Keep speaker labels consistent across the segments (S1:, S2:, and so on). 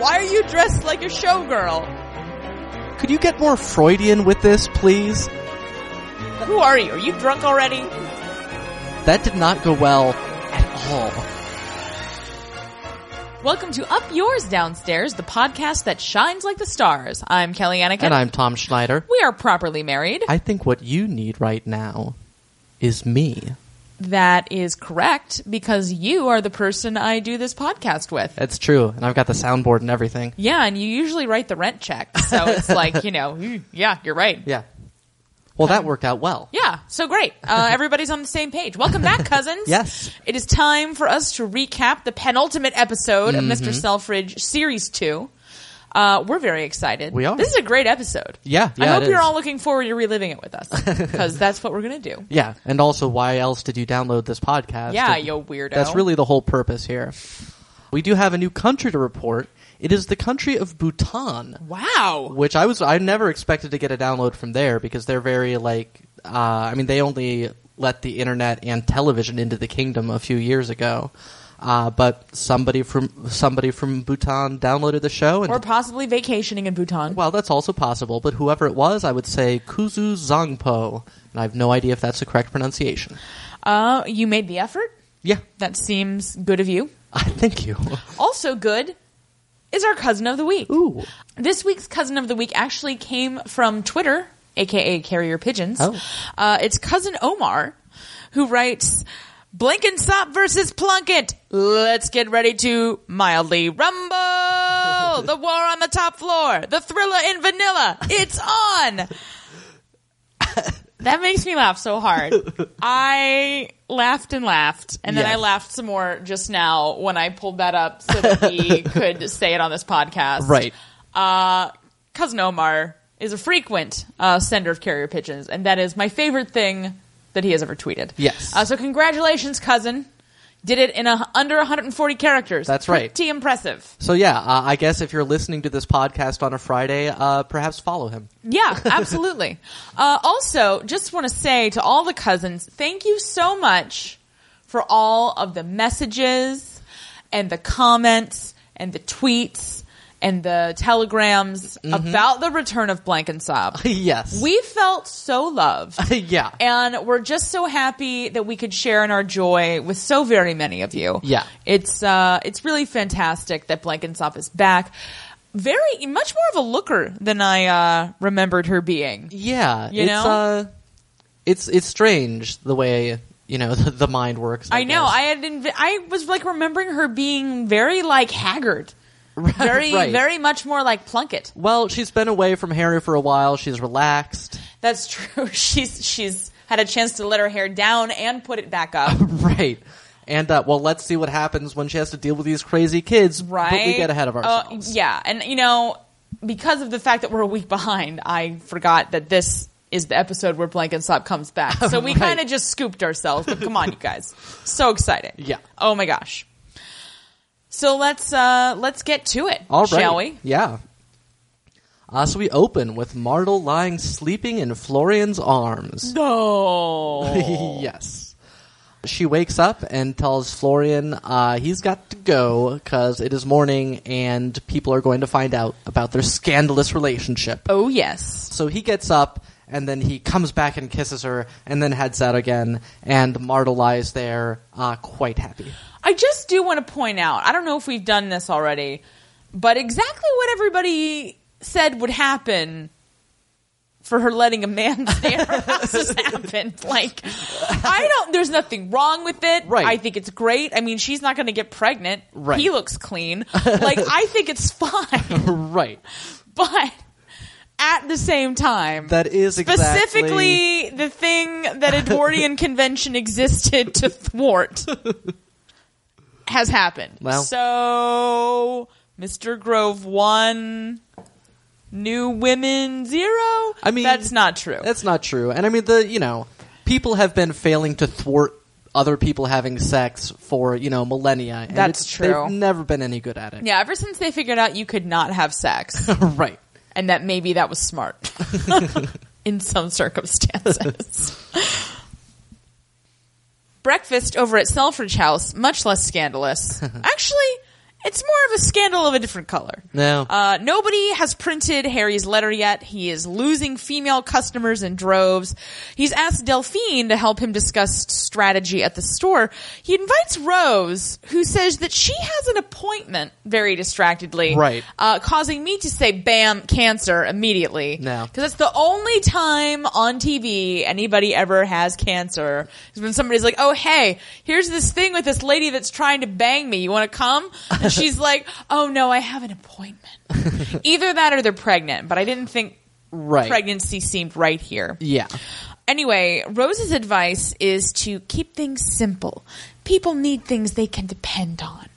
S1: Why are you dressed like a showgirl?
S2: Could you get more Freudian with this, please?
S1: Who are you? Are you drunk already?
S2: That did not go well at all.
S3: Welcome to Up Yours Downstairs, the podcast that shines like the stars. I'm Kelly Anakin.
S2: And I'm Tom Schneider.
S3: we are properly married.
S2: I think what you need right now is me.
S3: that is correct because you are the person I do this podcast with.
S2: That's true. And I've got the soundboard and everything.
S3: Yeah, and you usually write the rent check. So it's like, you know, "Mm, yeah, you're right.
S2: Yeah. Well, that worked out well.
S3: Yeah, so great. Uh, everybody's on the same page. Welcome back, cousins.
S2: Yes.
S3: It is time for us to recap the penultimate episode of
S2: Mm-hmm.
S3: Mr. Selfridge Series 2. Uh, we're very excited.
S2: We are.
S3: This is a great episode.
S2: Yeah,
S3: I
S2: yeah,
S3: hope
S2: it
S3: you're
S2: is.
S3: all looking forward to reliving it with us because that's what we're going to do.
S2: Yeah. And also, why else did you download this podcast?
S3: Yeah,
S2: And
S3: you weirdo.
S2: That's really the whole purpose here. We do have a new country to report. It is the country of Bhutan.
S3: Wow.
S2: which I was I never expected to get a download from there because they're very like uh, I mean they only let the internet and television into the kingdom a few years ago. Uh, but somebody from somebody from Bhutan downloaded the show and
S3: Or possibly vacationing in Bhutan.
S2: well that's also possible. But whoever it was, I would say Kuzu Zangpo, and I have no idea if that's the correct pronunciation.
S3: Uh, you made the effort.
S2: Yeah,
S3: That seems good of you.
S2: thank you.
S3: Also good is our cousin of the week.
S2: Ooh,
S3: This week's cousin of the week actually came from Twitter, aka Carrier Pigeons.
S2: Oh.
S3: Uh, it's cousin Omar, who writes Blankensop versus Plunkett. Let's get ready to mildly rumble. the war on the top floor. The thriller in vanilla. It's on. that makes me laugh so hard. I laughed and laughed, and then I
S2: Yes.
S3: laughed some more just now when I pulled that up so that we could say it on this podcast
S2: right.
S3: cousin Omar is a frequent uh, sender of carrier pigeons, and that is my favorite thing that he has ever tweeted.
S2: Yes.
S3: Uh, so congratulations, cousin. Did it in a, under 140 characters.
S2: That's right.
S3: Pretty impressive.
S2: So yeah, uh, I guess if you're listening to this podcast on a Friday, uh, perhaps follow him.
S3: Yeah, absolutely. uh, also, just want to say to all the cousins, thank you so much for all of the messages and the comments and the tweets and the telegrams about the return of Blankensob.
S2: Mm-hmm. yes.
S3: We felt so loved.
S2: yeah.
S3: And we're just so happy that we could share in our joy with so very many of you.
S2: Yeah.
S3: It's uh it's really fantastic that Blankensop is back. Very much more of a looker than I uh remembered her being.
S2: Yeah,
S3: You
S2: it's
S3: know?
S2: uh, it's it's strange the way you know the, the mind works. I,
S3: I know.
S2: guess.
S3: I had inv- I was like remembering her being very like haggard. Very
S2: Right.
S3: very much more like Plunkett.
S2: well, she's been away from Harry for a while. She's relaxed,
S3: That's true. She's she's had a chance to let her hair down and put it back up.
S2: right? And uh, well, let's see what happens when she has to deal with these crazy kids.
S3: right?
S2: But we get ahead of
S3: Uh,
S2: ourselves.
S3: yeah, and you know, because of the fact that we're a week behind, I forgot that this is the episode where Blankensop comes back. So we
S2: Right.
S3: kind of just scooped ourselves. But come on, you guys, so excited!
S2: Yeah.
S3: Oh my gosh. So let's uh let's get to it,
S2: All right.
S3: shall we?
S2: Yeah. Uh, so we open with Martel lying sleeping in Florian's arms.
S3: No.
S2: yes. She wakes up and tells Florian uh, he's got to go because it is morning and people are going to find out about their scandalous relationship.
S3: oh yes.
S2: So he gets up and then he comes back and kisses her and then heads out again. And Marta lies there uh, quite happy.
S3: I just do want to point out, I don't know if we've done this already, but exactly what everybody said would happen for her letting a man stay in her house has happened. Like, I don't, there's nothing wrong with it.
S2: Right.
S3: I think it's great. I mean, she's not going to get pregnant.
S2: Right.
S3: He looks clean. Like, I think it's fine.
S2: right.
S3: But at the same time,
S2: That is exactly.
S3: specifically the thing that Edwardian convention existed to thwart has happened.
S2: Well.
S3: so Mr. Grove won. New women zero.
S2: I mean,
S3: that's not true.
S2: That's not true. And I mean, the, you know, people have been failing to thwart other people having sex for, you know, millennia. And
S3: That's
S2: it's-
S3: true.
S2: They've never been any good at it.
S3: yeah, ever since they figured out you could not have sex,
S2: right.
S3: and that maybe that was smart in some circumstances. Breakfast over at Selfridge House, much less scandalous. Actually, It's more of a scandal of a different color.
S2: No.
S3: Uh, nobody has printed Harry's letter yet. He is losing female customers in droves. He's asked Delphine to help him discuss strategy at the store. He invites Rose, who says that she has an appointment very distractedly.
S2: Right.
S3: Uh, causing me to say, bam, cancer immediately.
S2: No.
S3: Because that's the only time on TV anybody ever has cancer. Is when somebody's like, oh, hey, here's this thing with this lady that's trying to bang me. You want to come? And she's like, oh, no, I have an appointment. Either that or they're pregnant, but I didn't think
S2: right.
S3: pregnancy seemed right here.
S2: Yeah.
S3: Anyway, Rose's advice is to keep things simple. People need things they can depend on.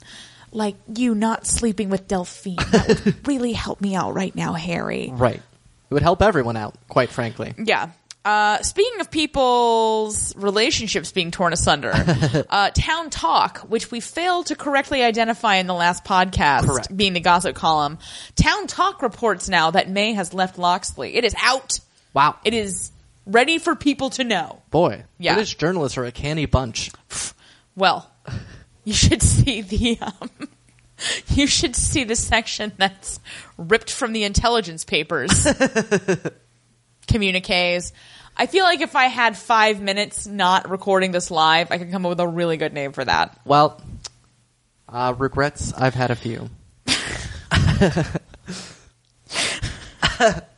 S3: Like you not sleeping with Delphine. That would really help me out right now, Harry.
S2: Right. It would help everyone out, quite frankly.
S3: Yeah. Uh, speaking of people's relationships being torn asunder, uh, Town Talk, which we failed to correctly identify in the last podcast,
S2: Correct.
S3: being the gossip column, Town Talk reports now that May has left Loxley. It is out.
S2: Wow.
S3: It is ready for people to know.
S2: Boy,
S3: Yeah.
S2: British journalists are a canny bunch.
S3: Well, you should see the um, you should see the section that's ripped from the intelligence papers communiques. I feel like if I had five minutes not recording this live, I could come up with a really good name for that.
S2: Well, uh, regrets, I've had a few.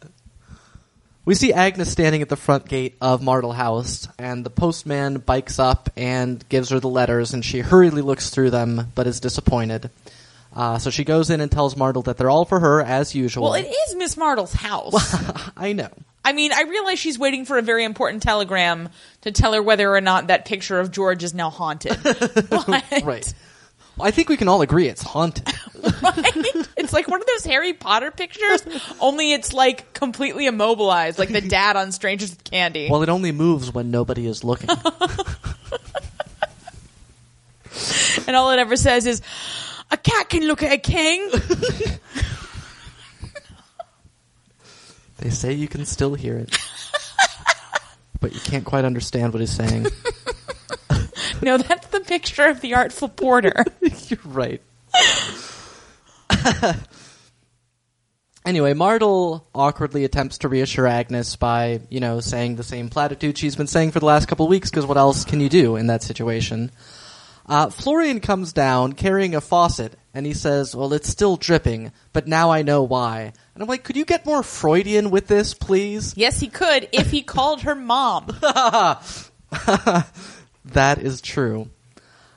S2: we see Agnes standing at the front gate of Martle House, and the postman bikes up and gives her the letters, and she hurriedly looks through them, but is disappointed. Uh, so she goes in and tells Martle that they're all for her, as usual.
S3: Well, it is Miss Martle's house.
S2: I know.
S3: I mean, I realize she's waiting for a very important telegram to tell her whether or not that picture of George is now haunted. But-
S2: Right. I think we can all agree it's haunted.
S3: right? It's like one of those Harry Potter pictures, only it's like completely immobilized, like the dad on Strangers with Candy.
S2: well, it only moves when nobody is looking.
S3: and all it ever says is, a cat can look at a king.
S2: They say you can still hear it, but you can't quite understand what he's saying.
S3: no, that's the picture of the Artful Porter.
S2: You're right. anyway, Martle awkwardly attempts to reassure Agnes by, you know, saying the same platitude she's been saying for the last couple weeks, because what else can you do in that situation? Uh, Florian comes down carrying a faucet, and he says, Well, it's still dripping, but now I know why. And I'm like, Could you get more Freudian with this, please?
S3: yes, he could if he called her mom.
S2: That is true.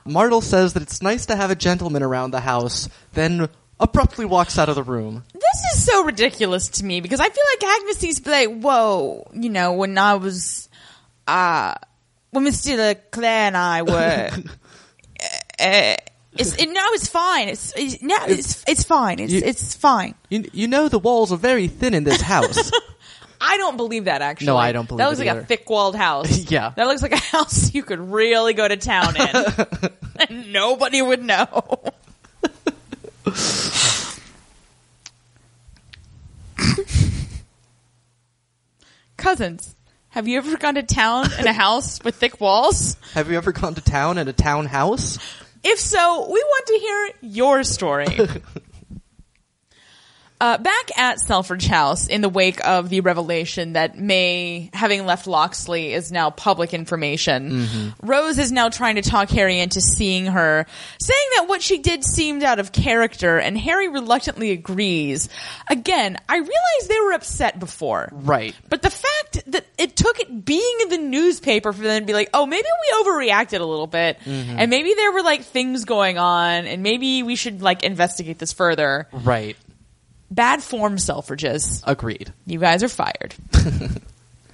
S2: Martle says that it's nice to have a gentleman around the house, then abruptly walks out of the room.
S3: This is so ridiculous to me because I feel like Agnes needs to be like, whoa, you know, when I was, uh, when Mr. Leclerc and I were, uh, it's, it, now it's fine. It's, it's now it's it's fine. It's
S2: You-
S3: it's fine.
S2: You, you know the walls are very thin in this house.
S3: I don't believe that actually.
S2: No, I don't believe
S3: that. Looks
S2: it
S3: like
S2: either.
S3: a thick-walled house.
S2: Yeah.
S3: that looks like a house you could really go to town in, and nobody would know. Cousins, have you ever gone to town in a house with thick walls?
S2: Have you ever gone to town in a townhouse?
S3: If so, we want to hear your story. uh, back at Selfridge House, in the wake of the revelation that May, having left Loxley, is now public information, Rose is now trying to talk Harry into seeing her, saying that what she did seemed out of character, and Harry reluctantly agrees. Again, I realize they were upset before.
S2: Right.
S3: But the fact that it took it being in the newspaper for them to be like, oh, maybe we overreacted a little bit,
S2: Mm-hmm.
S3: and maybe there were like things going on, and maybe we should like investigate this further.
S2: Right.
S3: Bad form, Selfridges.
S2: Agreed.
S3: You guys are fired.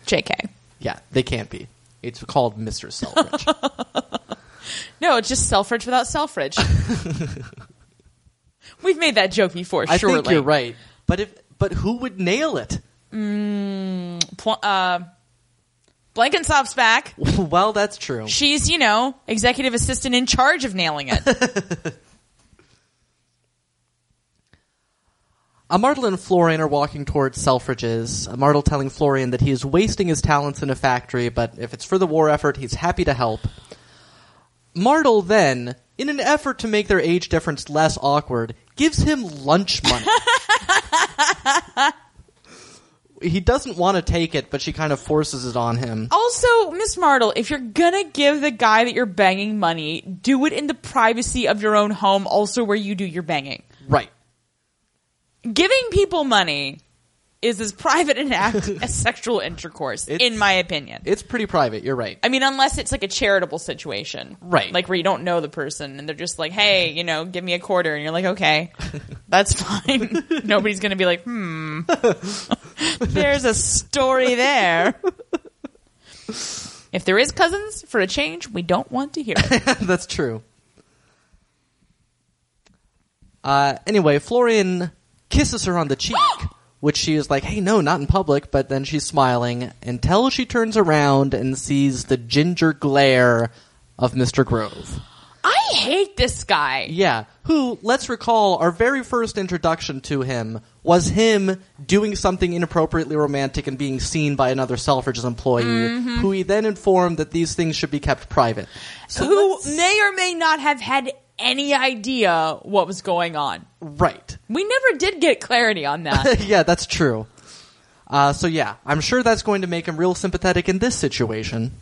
S3: JK.
S2: Yeah, they can't be. It's called Mr. Selfridge.
S3: No, it's just Selfridge without Selfridge. We've made that joke before,
S2: I
S3: surely.
S2: think you're right. But if but who would nail it?
S3: Pl- uh, Blankensopp's back.
S2: well, that's true.
S3: She's, you know, executive assistant in charge of nailing it.
S2: Uh, Martle and Florian are walking towards Selfridge's. Uh, Martle telling Florian that he is wasting his talents in a factory, but if it's for the war effort, he's happy to help. Martle then in an effort to make their age difference less awkward, gives him lunch money. he doesn't want to take it, but she kind of forces it on him.
S3: Oh. Also, Miss Martle, if you're gonna give the guy that you're banging money, do it in the privacy of your own home, also where you do your banging.
S2: Right.
S3: Giving people money is as private an act as sexual intercourse,
S2: It's-
S3: in my opinion.
S2: It's pretty private, you're right.
S3: I mean, unless it's like a charitable situation.
S2: Right.
S3: Like where you don't know the person and they're just like, hey, you know, give me a quarter. And you're like, okay, that's fine. Nobody's going to be like, hmm, there's a story there. if there is cousins, for a change, we don't want to hear it.
S2: That's true. Uh, anyway, Florian kisses her on the cheek, which she is like, hey, no, not in public, but then she's smiling until she turns around and sees the ginger glare of Mr. Grove.
S3: I hate this guy.
S2: Yeah, who, let's recall, our very first introduction to him was him doing something inappropriately romantic and being seen by another Selfridges employee, who he then informed that these things should be kept private.
S3: Who may or may not have had any idea what was going on.
S2: Right.
S3: We never did get clarity on that.
S2: yeah, that's true. Uh, so yeah, I'm sure that's going to make him real sympathetic in this situation.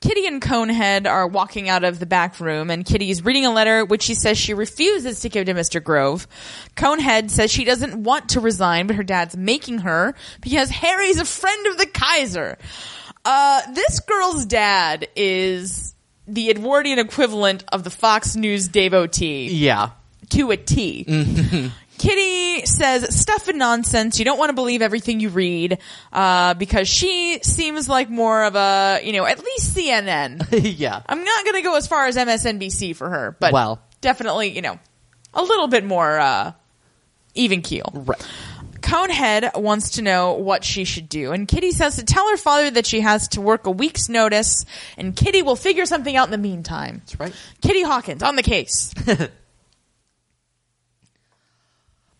S3: Kitty and Conehead are walking out of the back room, and Kitty is reading a letter which she says she refuses to give to Mr. Grove. Conehead says she doesn't want to resign, but her dad's making her because Harry's a friend of the Kaiser. Uh, this girl's dad is the Edwardian equivalent of the Fox News Dave O.T
S2: Yeah.
S3: to a T.
S2: Mm-hmm.
S3: Kitty says stuff and nonsense. You don't want to believe everything you read uh, because she seems like more of a you know at least CNN.
S2: yeah.
S3: I'm not going to go as far as MSNBC for her, but
S2: Well.
S3: definitely you know a little bit more uh, even keel.
S2: Right.
S3: Conehead wants to know what she should do, and Kitty says to tell her father that she has to work a week's notice, and Kitty will figure something out in the meantime.
S2: That's right.
S3: Kitty Hawkins on the case.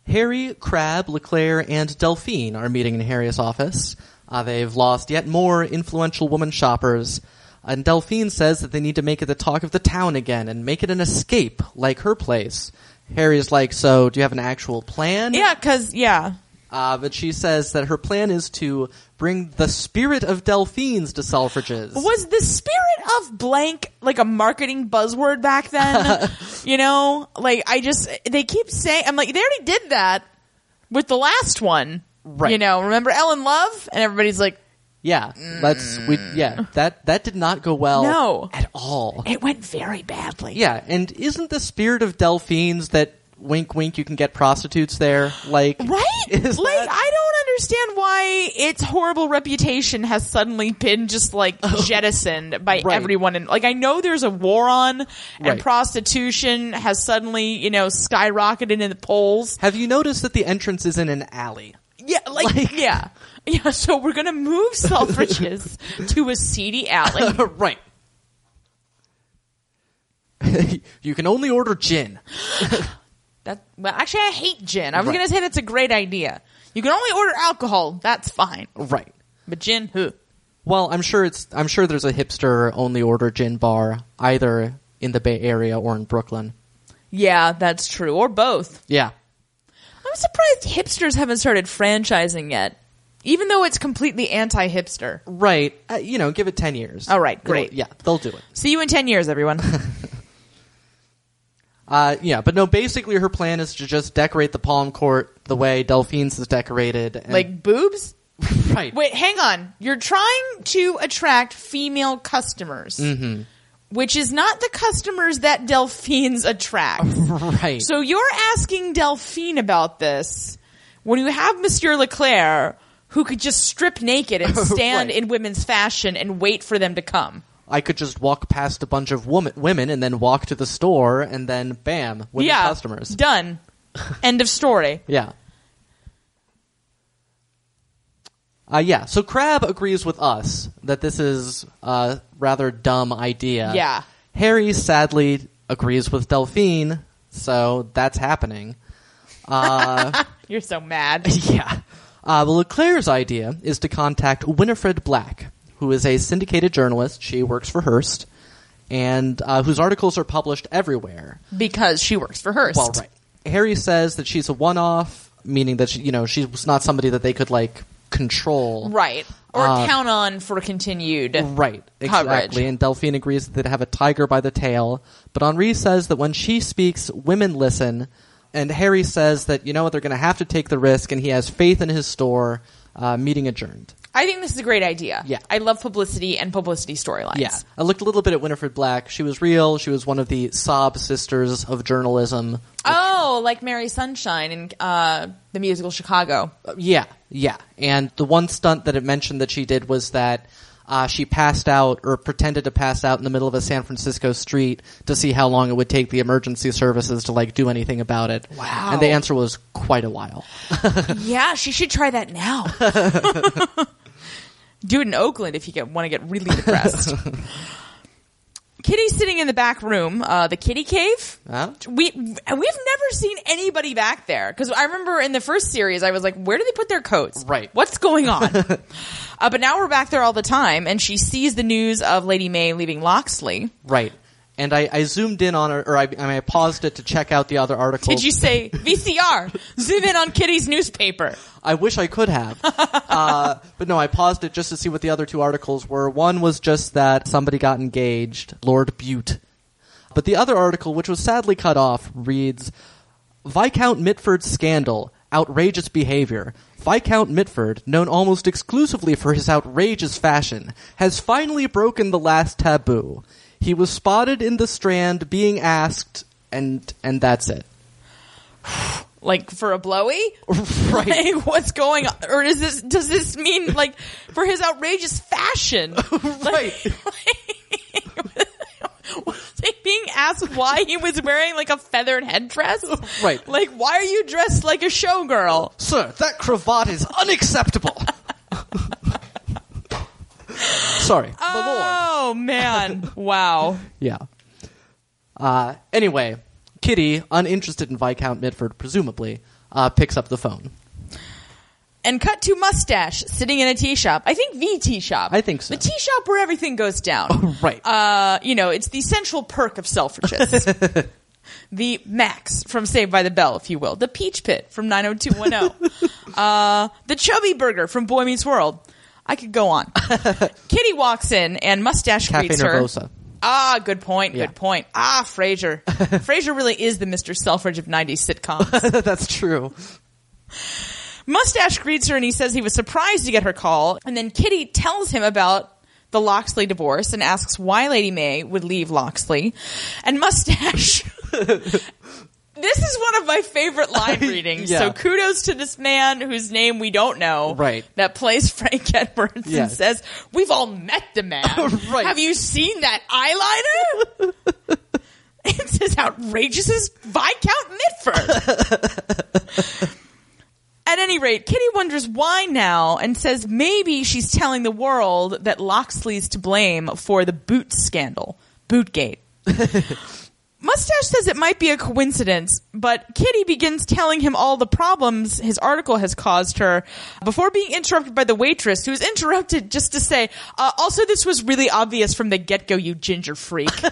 S2: Harry, Crab, Leclaire, and Delphine are meeting in Harry's office. Uh, they've lost yet more influential woman shoppers, and Delphine says that they need to make it the talk of the town again and make it an escape like her place. Harry's like, "So, do you have an actual plan?"
S3: yeah, because yeah.
S2: Uh, but she says that her plan is to bring the spirit of Delphines to Selfridges.
S3: Was the spirit of blank like a marketing buzzword back then? you know, like I just they keep saying I'm like they already did that with the last one,
S2: Right.
S3: You know, remember Ellen Love, and everybody's like,
S2: Yeah, let's we yeah that that did not go well.
S3: No.
S2: at all.
S3: it went very badly.
S2: Yeah, and isn't the spirit of Delphines that wink wink you can get prostitutes there? Like
S3: Right? Like
S2: is that-
S3: I don't understand why its horrible reputation has suddenly been just like jettisoned by
S2: Oh. Right.
S3: everyone and like I know there's a war on and
S2: Right.
S3: prostitution has suddenly, you know, skyrocketed in the polls.
S2: have you noticed that the entrance is in an alley?
S3: Yeah, like,
S2: Like-
S3: yeah, yeah. So we're gonna move Selfridges to a seedy alley.
S2: right. you can only order gin.
S3: That well, actually, I hate gin. I was
S2: Right.
S3: gonna say that's a great idea. You can only order alcohol. That's fine,
S2: Right.
S3: but gin, who?
S2: Well, I'm sure it's I'm sure there's a hipster only order gin bar either in the Bay Area or in Brooklyn.
S3: Yeah, that's true. Or both.
S2: Yeah.
S3: I'm surprised hipsters haven't started franchising yet, even though it's completely anti-hipster.
S2: Right. Uh, you know, give it 10 years.
S3: All right,
S2: It'll-
S3: great.
S2: yeah, they'll do it.
S3: See you in ten years, everyone.
S2: Uh, yeah, but no, basically her plan is to just decorate the palm court the way Delphine's is decorated. And,
S3: like boobs.
S2: right.
S3: Wait, hang on. You're trying to attract female customers,
S2: Mm-hmm.
S3: which is not the customers that Delphines attract.
S2: Right.
S3: so you're asking Delphine about this when you have Monsieur Leclerc, who could just strip naked and stand
S2: Right.
S3: in women's fashion and wait for them to come.
S2: I could just walk past a bunch of woman, women and then walk to the store and then bam, women
S3: yeah,
S2: customers.
S3: Done. End of story.
S2: yeah. Uh, yeah, so Crab agrees with us that this is a rather dumb idea.
S3: Yeah.
S2: Harry sadly agrees with Delphine, so that's happening.
S3: You're so mad.
S2: Yeah. Uh, but Leclerc's idea is to contact Winifred Black, who is a syndicated journalist. She works for Hearst. and uh, whose articles are published everywhere.
S3: because she works for Hearst.
S2: Well, right. Harry says that she's a one-off, meaning that she, you know she's not somebody that they could like control.
S3: Right. Or
S2: Uh,
S3: count on for continued.
S2: Right,
S3: Coverage.
S2: exactly. And Delphine agrees that they have a tiger by the tail, but Henri says that when she speaks, women listen. And Harry says that you know what they're going to have to take the risk, and he has faith in his store. Uh, meeting adjourned.
S3: I think this is a great idea.
S2: Yeah.
S3: I love publicity and publicity storylines.
S2: Yeah, I looked a little bit at Winifred Black. She was real. She was one of the sob sisters of journalism.
S3: Oh, like Mary Sunshine in uh, the musical Chicago.
S2: Uh, Yeah, yeah. And the one stunt that it mentioned that she did was that uh, she passed out or pretended to pass out in the middle of a San Francisco street to see how long it would take the emergency services to like do anything about it.
S3: Wow.
S2: And the answer was quite a while.
S3: yeah, she should try that now. Do it in Oakland if you get, want to get really depressed. Kitty's sitting in the back room, uh, the kitty cave.
S2: Huh?
S3: We we've never seen anybody back there because I remember in the first series I was like, where do they put their coats?
S2: Right.
S3: What's going on? uh, but now we're back there all the time, and she sees the news of Lady May leaving Loxley.
S2: Right. And I, I zoomed in on her, or I, I, mean, I paused it to check out the other articles.
S3: Did you say VCR? zoom in on Kitty's newspaper.
S2: I wish I could have. uh, but no, I paused it just to see what the other two articles were. One was just that somebody got engaged, Lord Butte. But the other article, which was sadly cut off, reads Viscount Mitford's scandal, outrageous behavior. Viscount Mitford, known almost exclusively for his outrageous fashion, has finally broken the last taboo. He was spotted in the Strand being asked, and and that's it.
S3: Like for a blowy?
S2: right.
S3: Like, what's going on? Or is this, does this mean like for his outrageous fashion?
S2: Right.
S3: Was he being asked why he was wearing like a feathered headdress?
S2: Right.
S3: Like, why are you dressed like a showgirl?
S2: Sir, that cravat is unacceptable. Sorry, the Lord.
S3: Oh man. Wow.
S2: Yeah. Uh, anyway, Kitty, uninterested in Viscount Mitford, presumably, uh, picks up the phone.
S3: And cut to mustache sitting in a tea shop. I think the tea shop.
S2: I think so. Oh,
S3: The tea shop where everything goes down.
S2: Right.
S3: uh, you know, it's the central perk of Selfridges. the Max from Saved by the Bell, if you will. The Peach Pit from 90210. uh, the Chubby Burger from Boy Meets World. I could go on. Kitty walks in and Mustache
S2: Cafe
S3: greets her.
S2: Nervosa.
S3: Ah, good point.
S2: Yeah.
S3: Good point. Ah, Frasier. Frasier really is the Mr. Selfridge of 90s sitcoms.
S2: That's true.
S3: Mustache greets her and he says he was surprised to get her call. And then Kitty tells him about the Loxley divorce and asks why Lady May would leave Loxley. And Mustache. this is one of my favorite line readings.
S2: Yeah.
S3: So kudos to this man whose name we don't know.
S2: Right.
S3: That plays Frank Edwards and
S2: Yes.
S3: says, We've all met the man.
S2: Right.
S3: Have you seen that eyeliner? it's as outrageous as Viscount Mitford. At any rate, Kitty wonders why now and says maybe she's telling the world that Loxley's to blame for the boot scandal, Bootgate. Mustache says it might be a coincidence, but Kitty begins telling him all the problems his article has caused her before being interrupted by the waitress, who's interrupted just to say, uh, also, this was really obvious from the get go, you ginger freak.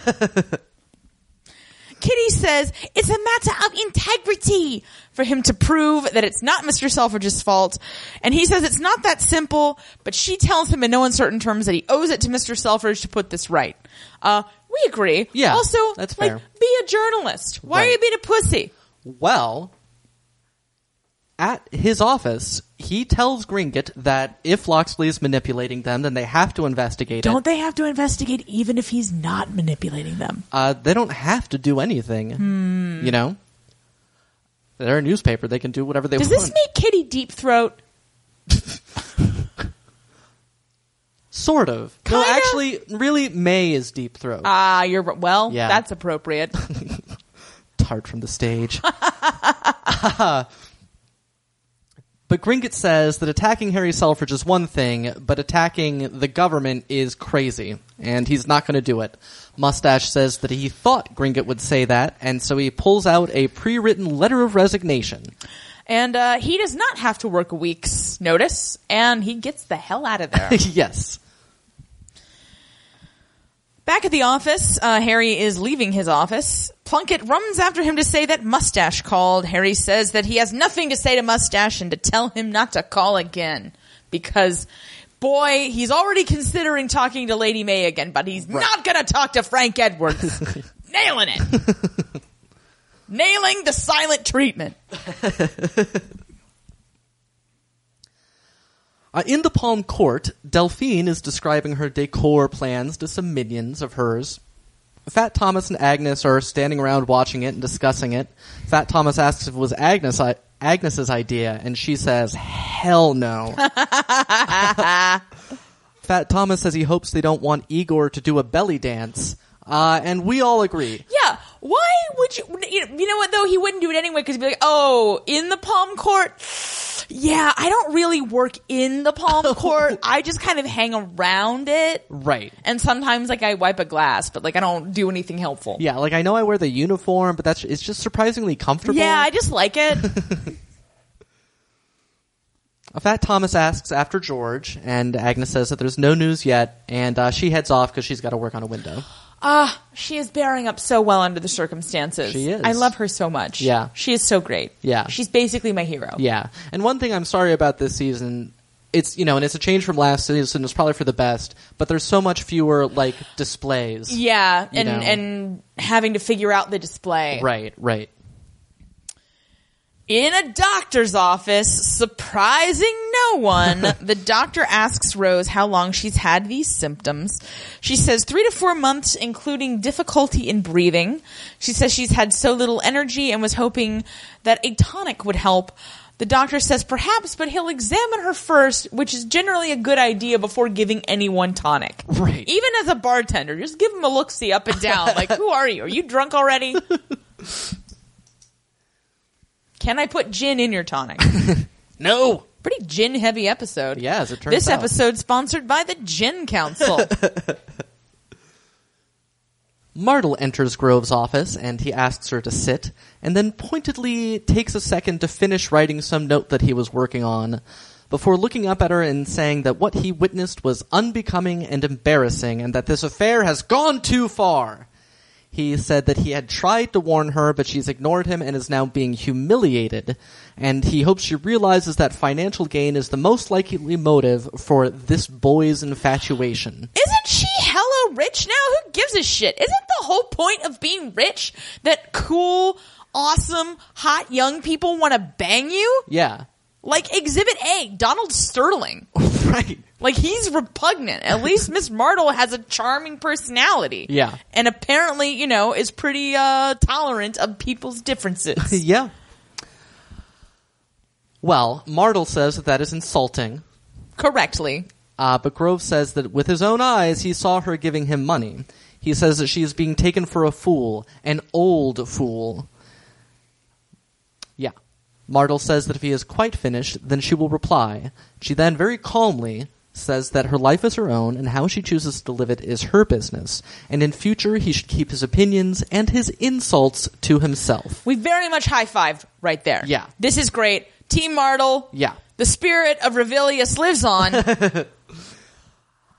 S3: Kitty says it's a matter of integrity for him to prove that it's not Mr. Selfridge's fault. And he says it's not that simple, but she tells him in no uncertain terms that he owes it to Mr. Selfridge to put this right. Uh, we agree.
S2: Yeah,
S3: Also,
S2: that's
S3: like,
S2: fair.
S3: be a journalist. Why are
S2: Right.
S3: you being a pussy?
S2: Well, at his office, he tells Gringot that if Loxley is manipulating them, then they have to investigate it.
S3: Don't they have to investigate even if he's not manipulating them?
S2: Uh, they don't have to do anything.
S3: Hmm.
S2: You know? They're a newspaper. They can do whatever they
S3: Does
S2: want.
S3: this make Kitty deep throat?
S2: Sort of. No,
S3: Kinda?
S2: actually, really, May is deep throat.
S3: Ah, you're well.
S2: Yeah.
S3: That's appropriate.
S2: Tart from the stage. but Gringot says that attacking Harry Selfridge is one thing, but attacking the government is crazy, and he's not going to do it. Mustache says that he thought Gringot would say that, and so he pulls out a pre-written letter of resignation.
S3: And uh, he does not have to work a week's notice, and he gets the hell out of there.
S2: yes.
S3: Back at the office, uh, Harry is leaving his office. Plunkett runs after him to say that Mustache called. Harry says that he has nothing to say to Mustache and to tell him not to call again because, boy, he's already considering talking to Lady May again, but he's not going to talk to Frank Edwards. Nailing it. Nailing the silent treatment.
S2: Uh, in the Palm Court, Delphine is describing her decor plans to some minions of hers. Fat Thomas and Agnes are standing around watching it and discussing it. Fat Thomas asks if it was Agnes I- Agnes's idea, and she says, "Hell no." Fat Thomas says he hopes they don't want Igor to do a belly dance, uh, and we all agree.
S3: Yeah. Why would you? You know- you know what though? He wouldn't do it anyway because he'd be like, "Oh, in the palm court." Yeah, I don't really work in the palm court. I just kind of hang around it,
S2: Right.
S3: and sometimes like I wipe a glass, but like I don't do anything helpful.
S2: Yeah, like I know I wear the uniform, but that's it's just surprisingly comfortable.
S3: Yeah, I just like it.
S2: A Fat Thomas asks after George, and Agnes says that there's no news yet, and uh, she heads off because she's got to work on a window.
S3: Ah, she is bearing up so well under the circumstances.
S2: She is.
S3: I love her so much.
S2: Yeah.
S3: she is so great.
S2: Yeah.
S3: she's basically my hero.
S2: Yeah, and one thing I'm sorry about this season, it's you know, and it's a change from last season. It's probably for the best, but there's so much fewer like displays.
S3: Yeah,
S2: You
S3: and
S2: know.
S3: and having to figure out the display.
S2: Right, right.
S3: In a doctor's office, surprising no one, the doctor asks Rose how long she's had these symptoms. She says three to four months, including difficulty in breathing. She says she's had so little energy and was hoping that a tonic would help. The doctor says perhaps, but he'll examine her first, which is generally a good idea before giving anyone tonic.
S2: Right.
S3: Even as a bartender, just give him a look see up and down. like, who are you? Are you drunk already? Can I put gin in your tonic?
S2: No.
S3: Pretty gin heavy episode.
S2: Yeah, as it turns
S3: This
S2: out.
S3: episode sponsored by the Gin Council.
S2: Martle enters Grove's office and he asks her to sit, and then pointedly takes a second to finish writing some note that he was working on, before looking up at her and saying that what he witnessed was unbecoming and embarrassing, and that this affair has gone too far. He said that he had tried to warn her, but she's ignored him and is now being humiliated, and he hopes she realizes that financial gain is the most likely motive for this boy's infatuation.
S3: Isn't she hella rich now? Who gives a shit? Isn't the whole point of being rich that cool, awesome, hot young people want to bang you?
S2: Yeah.
S3: Like Exhibit A, Donald Sterling.
S2: right.
S3: Like he's repugnant. At least Miss Martle has a charming personality.
S2: Yeah.
S3: And apparently, you know, is pretty uh tolerant of people's differences.
S2: yeah. Well, Martle says that that is insulting,
S3: Correctly.
S2: uh, but Grove says that with his own eyes he saw her giving him money. He says that she is being taken for a fool, an old fool. Yeah. Martle says that if he is quite finished, then she will reply. She then very calmly says that her life is her own and how she chooses to live it is her business, and in future he should keep his opinions and his insults to himself.
S3: We very much high fived right there.
S2: Yeah.
S3: This is great. Team Martle.
S2: Yeah.
S3: The spirit of Revilius lives on.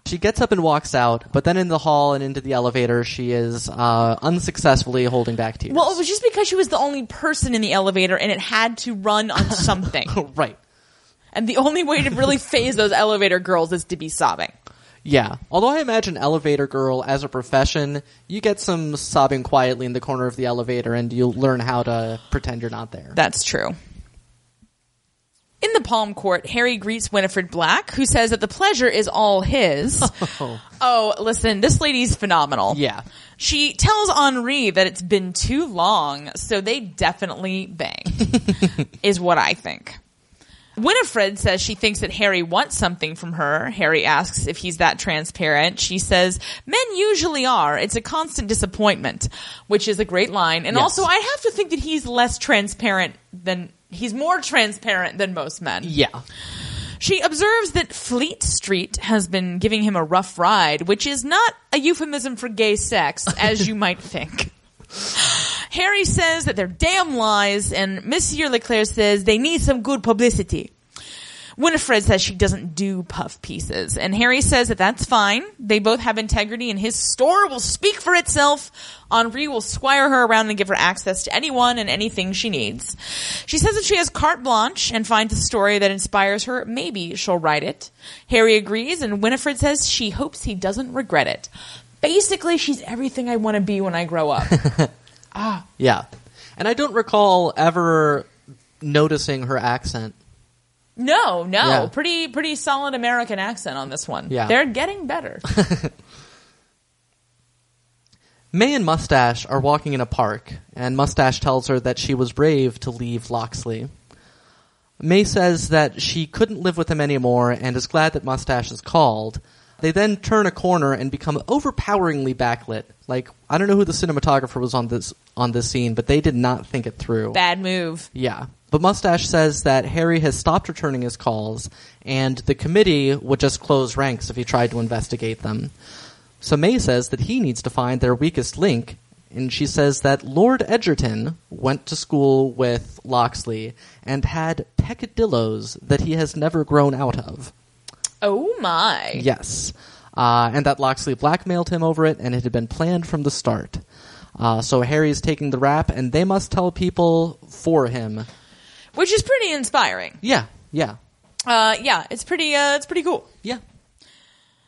S2: She gets up and walks out, but then in the hall and into the elevator, she is uh, unsuccessfully holding back tears.
S3: well, it was just because she was the only person in the elevator and it had to run on something.
S2: right.
S3: and the only way to really phase those elevator girls is to be sobbing.
S2: Yeah. Although I imagine elevator girl as a profession, you get some sobbing quietly in the corner of the elevator and you learn how to pretend you're not there.
S3: That's true. In the Palm Court, Harry greets Winifred Black, who says that the pleasure is all his.
S2: Oh.
S3: Oh, listen, this lady's phenomenal.
S2: Yeah.
S3: She tells Henri that it's been too long, so they definitely bang, is what I think. Winifred says she thinks that Harry wants something from her. Harry asks if he's that transparent. She says, men usually are. It's a constant disappointment, which is a great line. And
S2: Yes.
S3: also, I have to think that he's less transparent than, he's more transparent than most men.
S2: Yeah.
S3: She observes that Fleet Street has been giving him a rough ride, which is not a euphemism for gay sex, as you might think. Harry says that they're damn lies, and Monsieur Leclerc says they need some good publicity. Winifred says she doesn't do puff pieces, and Harry says that that's fine. They both have integrity, and his store will speak for itself. Henri will squire her around and give her access to anyone and anything she needs. She says that she has carte blanche and finds a story that inspires her. Maybe she'll write it. Harry agrees, and Winifred says she hopes he doesn't regret it. Basically, she's everything I want to be when I grow up.
S2: Yeah. And I don't recall ever noticing her accent.
S3: No, no,
S2: Yeah.
S3: pretty pretty solid American accent on this one.
S2: Yeah.
S3: they're getting better.
S2: May and Mustache are walking in a park, and Mustache tells her that she was brave to leave Loxley. May says that she couldn't live with him anymore and is glad that Mustache is called. They then turn a corner and become overpoweringly backlit. Like I don't know who the cinematographer was on this on this scene, but they did not think it through.
S3: Bad move.
S2: Yeah. But Mustache says that Harry has stopped returning his calls, and the committee would just close ranks if he tried to investigate them. So May says that he needs to find their weakest link, and she says that Lord Edgerton went to school with Loxley and had peccadilloes that he has never grown out of.
S3: Oh my!
S2: Yes. Uh, and that Loxley blackmailed him over it, and it had been planned from the start. Uh, so Harry's taking the rap, and they must tell people for him.
S3: Which is pretty inspiring.
S2: Yeah, yeah.
S3: Uh, yeah, it's pretty. Uh, it's pretty cool.
S2: Yeah.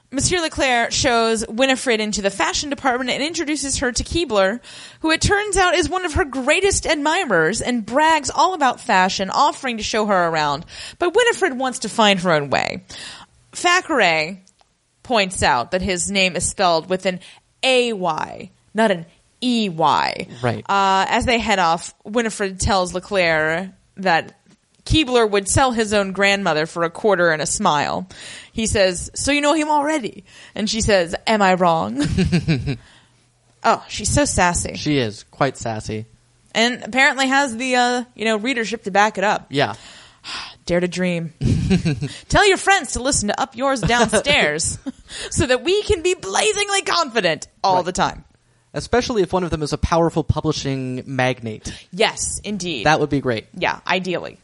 S3: Monsieur Leclerc shows Winifred into the fashion department and introduces her to Keebler, who it turns out is one of her greatest admirers and brags all about fashion, offering to show her around. But Winifred wants to find her own way. Thackeray points out that his name is spelled with an A-Y, not an E-Y.
S2: Right.
S3: Uh, as they head off, Winifred tells Leclerc that Keebler would sell his own grandmother for a quarter and a smile. He says, So you know him already? And she says, Am I wrong? oh, she's so sassy.
S2: She is quite sassy.
S3: And apparently has the, uh, you know, readership to back it up.
S2: Yeah.
S3: Dare to dream. Tell your friends to listen to Up Yours Downstairs so that we can be blazingly confident all the time.
S2: Especially if one of them is a powerful publishing magnate.
S3: Yes, indeed.
S2: That would be great.
S3: yeah, ideally.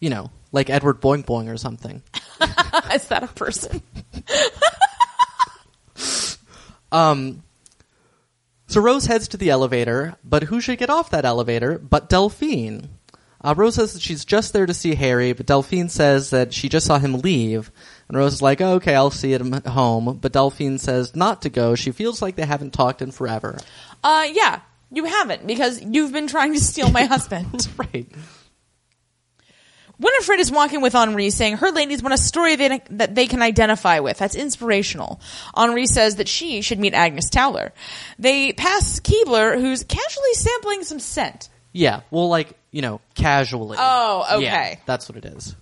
S2: You know, like Edward Boing Boing or something.
S3: Is that a person?
S2: So Rose heads to the elevator, but who should get off that elevator but Delphine? Uh, Rose says that she's just there to see Harry, but Delphine says that she just saw him leave. And Rose is like, oh, okay, I'll see him at home. But Delphine says not to go. She feels like they haven't talked in forever.
S3: Uh, yeah, you haven't because you've been trying to steal my husband.
S2: right.
S3: Winifred is walking with Henri, saying her ladies want a story they, that they can identify with. That's inspirational. Henri says that she should meet Agnes Towler. They pass Keebler, who's casually sampling some scent.
S2: Yeah. Well, like, you know, casually.
S3: Oh, okay.
S2: Yeah, that's what it is.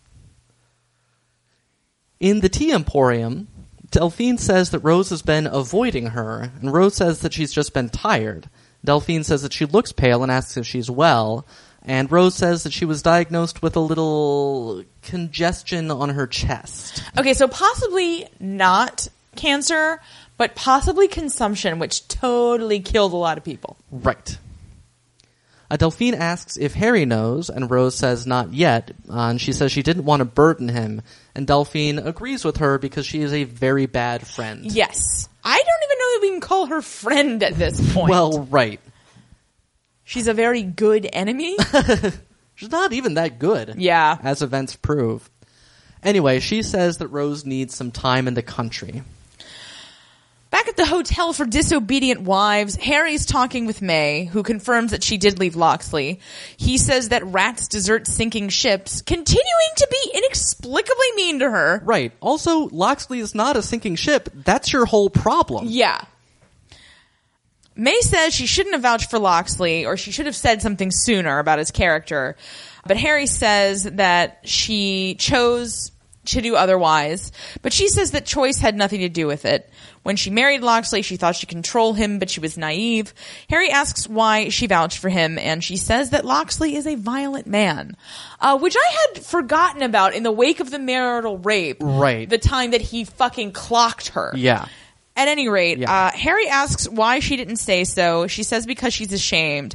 S2: In the tea emporium, Delphine says that Rose has been avoiding her, and Rose says that she's just been tired. Delphine says that she looks pale and asks if she's well, and Rose says that she was diagnosed with a little congestion on her chest.
S3: Okay, so possibly not cancer, but possibly consumption, which totally killed a lot of people.
S2: Right. Uh, Delphine asks if Harry knows, and Rose says not yet, uh, and she says she didn't want to burden him, and Delphine agrees with her because she is a very bad friend.
S3: Yes. I don't even know that we can call her friend at this point.
S2: Well, right.
S3: she's a very good enemy.
S2: She's not even that good.
S3: Yeah.
S2: As events prove. Anyway, she says that Rose needs some time in the country.
S3: Back at the hotel for disobedient wives, Harry's talking with May, who confirms that she did leave Loxley. He says that rats desert sinking ships, continuing to be inexplicably mean to her.
S2: Right. Also, Loxley is not a sinking ship. That's your whole problem.
S3: Yeah. May says she shouldn't have vouched for Loxley, or she should have said something sooner about his character. But Harry says that she chose to do otherwise, but she says that choice had nothing to do with it. When she married Loxley, she thought she could control him, but she was naive. Harry asks why she vouched for him, and she says that Loxley is a violent man, uh, which I had forgotten about in the wake of the marital rape.
S2: Right.
S3: The time that he fucking clocked her.
S2: Yeah.
S3: At any rate,
S2: Yeah.
S3: uh, Harry asks why she didn't say so. She says because she's ashamed.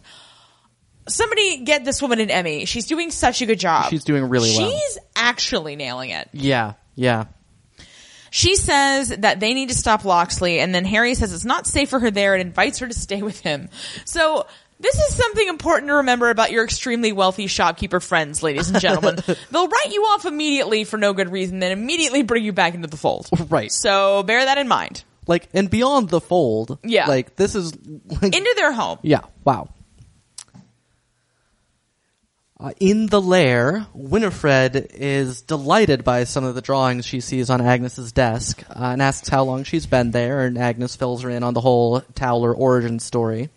S3: somebody get this woman an Emmy. She's doing such a good job.
S2: She's doing really well.
S3: She's actually nailing it.
S2: Yeah, yeah.
S3: She says that they need to stop Loxley, and then Harry says it's not safe for her there and invites her to stay with him. So this is something important to remember about your extremely wealthy shopkeeper friends, ladies and gentlemen. They'll write you off immediately for no good reason, then immediately bring you back into the fold.
S2: Right.
S3: So bear that in mind.
S2: Like and beyond the fold.
S3: Yeah.
S2: Like this is like,
S3: Into their home.
S2: Yeah. Wow. Uh, in the lair, Winifred is delighted by some of the drawings she sees on Agnes's desk uh, and asks how long she's been there, and Agnes fills her in on the whole Towler origin story.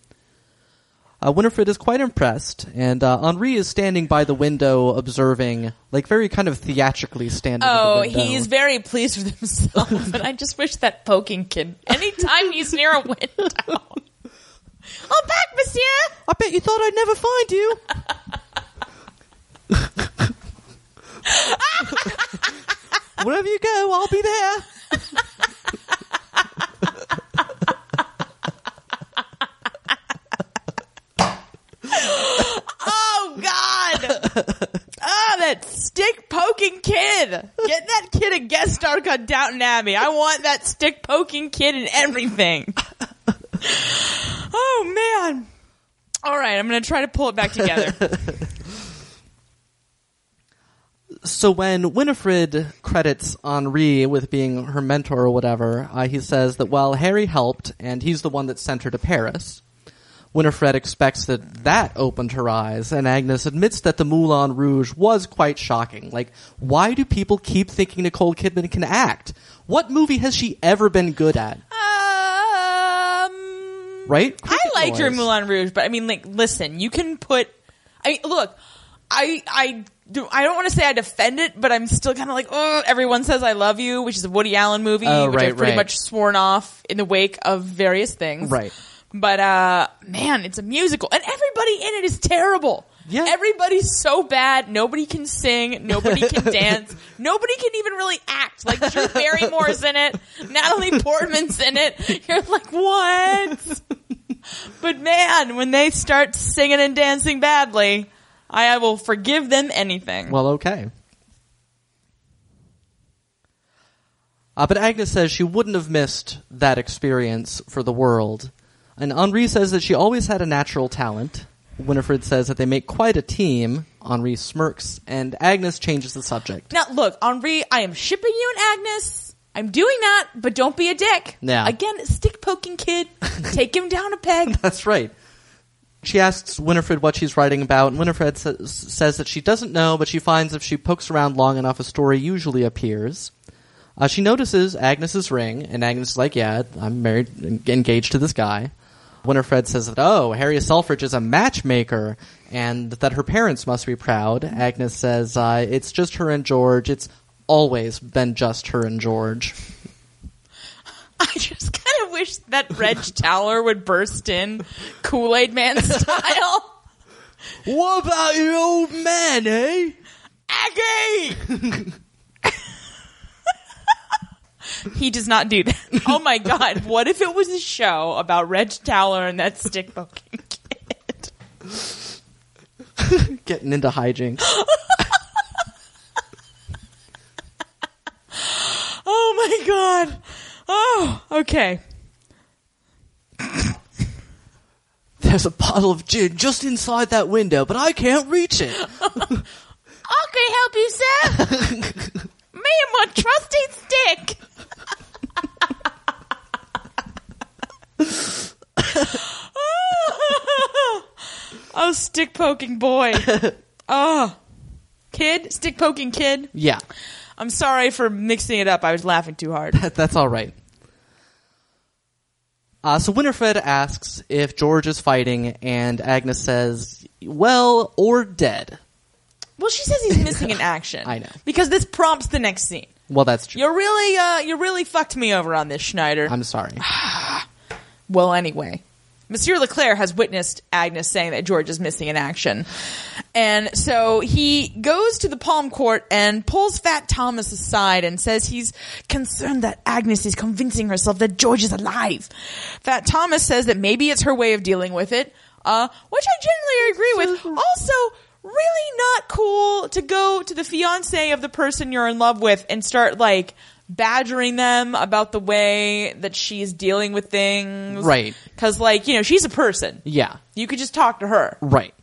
S2: Uh, Winifred is quite impressed, and uh, Henri is standing by the window observing, like very kind of theatrically standing. at the
S3: Oh,
S2: window.
S3: he's very pleased with himself, and I just wish that poking kid. Anytime he's near a window, I'm back, Monsieur.
S2: I bet you thought I'd never find you. Wherever you go, I'll be there.
S3: Oh God! oh, that stick poking kid! Get that kid a guest star on Downton Abbey. I want that stick poking kid in everything. oh man! All right, I'm gonna try to pull it back together.
S2: So when Winifred credits Henri with being her mentor or whatever, uh, he says that while Harry helped and he's the one that sent her to Paris, Winifred expects that that opened her eyes, and Agnes admits that the Moulin Rouge was quite shocking. Like, why do people keep thinking Nicole Kidman can act? What movie has she ever been good at?
S3: um,
S2: Right?
S3: I
S2: Cricket
S3: liked her
S2: noise.
S3: Moulin Rouge, but I mean, like, listen, you can put. I look, I I do. I don't want to say I defend it, but I'm still kind of like, oh, everyone says I love you, which is a Woody Allen movie,
S2: Oh,
S3: which
S2: right,
S3: I've pretty
S2: right.
S3: much sworn off in the wake of various things,
S2: Right.
S3: But uh, man, it's a musical, and everybody in it is terrible.
S2: Yeah.
S3: everybody's so bad. Nobody can sing. Nobody can dance. Nobody can even really act. Like Drew Barrymore's in it. Natalie Portman's in it. You're like, what? But man, when they start singing and dancing badly, I will forgive them anything.
S2: Well, okay. Uh, but Agnes says she wouldn't have missed that experience for the world. And Henri says that she always had a natural talent. Winifred says that they make quite a team. Henri smirks, and Agnes changes the subject.
S3: now look, Henri, I am shipping you and Agnes. I'm doing that, but don't be a dick.
S2: Yeah.
S3: Again, stick poking kid. Take him down a peg.
S2: That's right. She asks Winifred what she's writing about, and Winifred sa- says that she doesn't know, but she finds if she pokes around long enough, a story usually appears. Uh, she notices Agnes's ring, and Agnes is like, "Yeah, I'm married, en- engaged to this guy." Winifred says that, "Oh, Harry Selfridge is a matchmaker," and that her parents must be proud. Agnes says, uh, "It's just her and George. It's always been just her and George."
S3: I just kind of wish that Reg Towler would burst in Kool Aid Man style.
S2: What about your old man, eh?
S3: Aggie! he does not do that. Oh my god, what if it was a show about Reg Towler and that stick poking kid?
S2: Getting into hijinks.
S3: Oh my god. Oh, okay.
S2: There's a bottle of gin just inside that window, but I can't reach it.
S3: I can help you, sir. Me and my trusty stick. oh, stick poking boy. Oh, kid, stick poking kid.
S2: Yeah,
S3: I'm sorry for mixing it up. I was laughing too hard.
S2: that, that's all right. Uh, so Winifred asks if George is fighting, and Agnes says, "Well, or dead."
S3: Well, she says he's missing in action.
S2: I know.
S3: because this prompts the next scene.
S2: Well, that's true.
S3: You really, uh, you really fucked me over on this, Schneider.
S2: I'm sorry.
S3: Well, anyway, Monsieur Leclerc has witnessed Agnes saying that George is missing in action. And so he goes to the palm court and pulls Fat Thomas aside and says he's concerned that Agnes is convincing herself that George is alive. Fat Thomas says that maybe it's her way of dealing with it. uh, which I generally agree with. Also, really not cool to go to the fiance of the person you're in love with and start like badgering them about the way that she's dealing with things.
S2: Right.
S3: Cause like, you know, she's a person.
S2: Yeah.
S3: You could just talk to her.
S2: Right.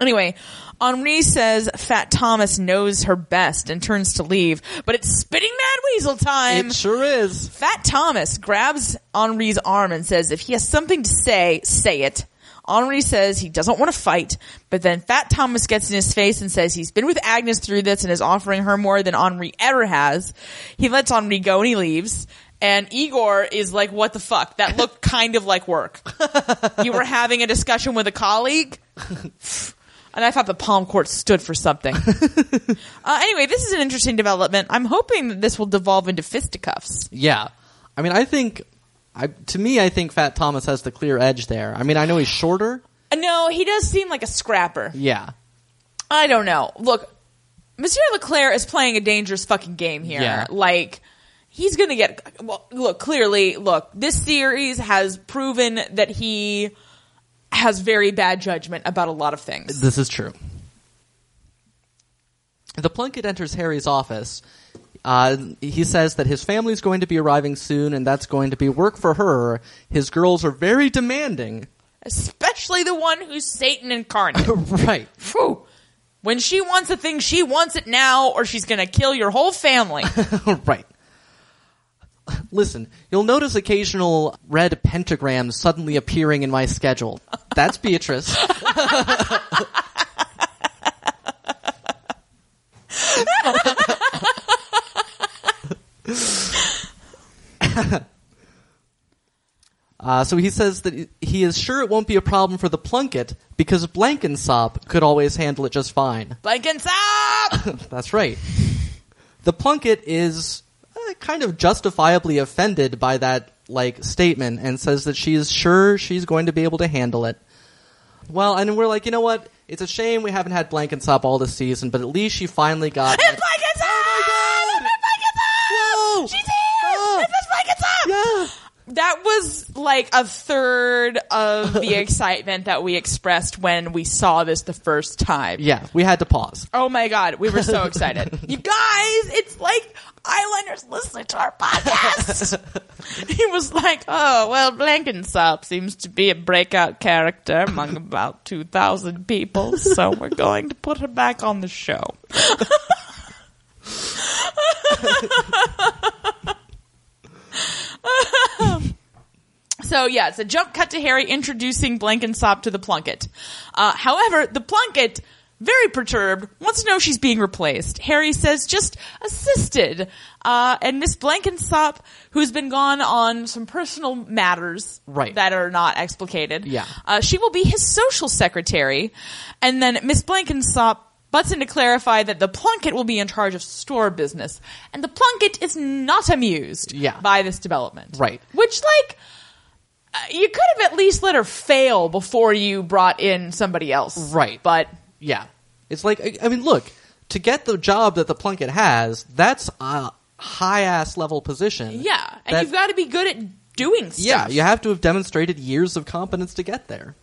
S3: Anyway, Henri says Fat Thomas knows her best and turns to leave, but it's spitting mad weasel time.
S2: it sure is.
S3: Fat Thomas grabs Henri's arm and says if he has something to say, say it. Henri says he doesn't want to fight, but then Fat Thomas gets in his face and says he's been with Agnes through this and is offering her more than Henri ever has. He lets Henri go and he leaves. And Igor is like, what the fuck? That looked kind of like work. you were having a discussion with a colleague? And I thought the palm court stood for something. uh, anyway, this is an interesting development. I'm hoping that this will devolve into fisticuffs.
S2: Yeah. I mean, I think, I, to me, I think Fat Thomas has the clear edge there. I mean, I know he's shorter.
S3: Uh, No, he does seem like a scrapper.
S2: Yeah.
S3: I don't know. Look, Monsieur Leclerc is playing a dangerous fucking game here.
S2: Yeah.
S3: Like, he's gonna get, well, look, clearly, look, this series has proven that he has very bad judgment about a lot of things.
S2: This is true. The Plunkett enters Harry's office. Uh, he says that his family's going to be arriving soon, and that's going to be work for her. His girls are very demanding.
S3: Especially the one who's Satan incarnate.
S2: right.
S3: Phew. When she wants a thing, she wants it now, or she's gonna kill your whole family.
S2: right. Listen, you'll notice occasional red pentagrams suddenly appearing in my schedule. That's Beatrice. Uh, so he says that he is sure it won't be a problem for the Plunkett because Blankensop could always handle it just fine.
S3: Blankets up!
S2: That's right. The Plunkett is uh, kind of justifiably offended by that like statement and says that she is sure she's going to be able to handle it. Well, and we're like, you know what? It's a shame we haven't had Blankensop all this season, but at least she finally got
S3: It's
S2: it.
S3: blankets up!
S2: Oh my God!
S3: It's blankets up!
S2: Whoa!
S3: She's here!
S2: Ah!
S3: It's blankets up!
S2: Yeah.
S3: That was like a third of the excitement that we expressed when we saw this the first time.
S2: Yeah, we had to pause.
S3: Oh my god, we were so excited. you guys, it's like Islanders listening to our podcast. he was like, oh, well, Blankensop seems to be a breakout character among about 2,000 people, so we're going to put her back on the show. So yeah, it's a jump cut to Harry introducing Blankensop to the Plunkett. Uh, however, the Plunkett, very perturbed, wants to know if she's being replaced. Harry says just assisted, uh, and Miss Blankensop, who's been gone on some personal matters
S2: Right.
S3: that are not explicated.
S2: Yeah.
S3: uh, she will be his social secretary, and then Miss Blankensop. Butts in to clarify that the Plunkett will be in charge of store business, and the Plunkett is not amused
S2: Yeah.
S3: by this development.
S2: Right.
S3: Which, like, uh, you could have at least let her fail before you brought in somebody else.
S2: Right.
S3: But
S2: Yeah. It's like, I, I mean, look, to get the job that the Plunkett has, that's a high ass level position.
S3: yeah, and
S2: That-
S3: you've got to be good at doing stuff.
S2: Yeah, you have to have demonstrated years of competence to get there.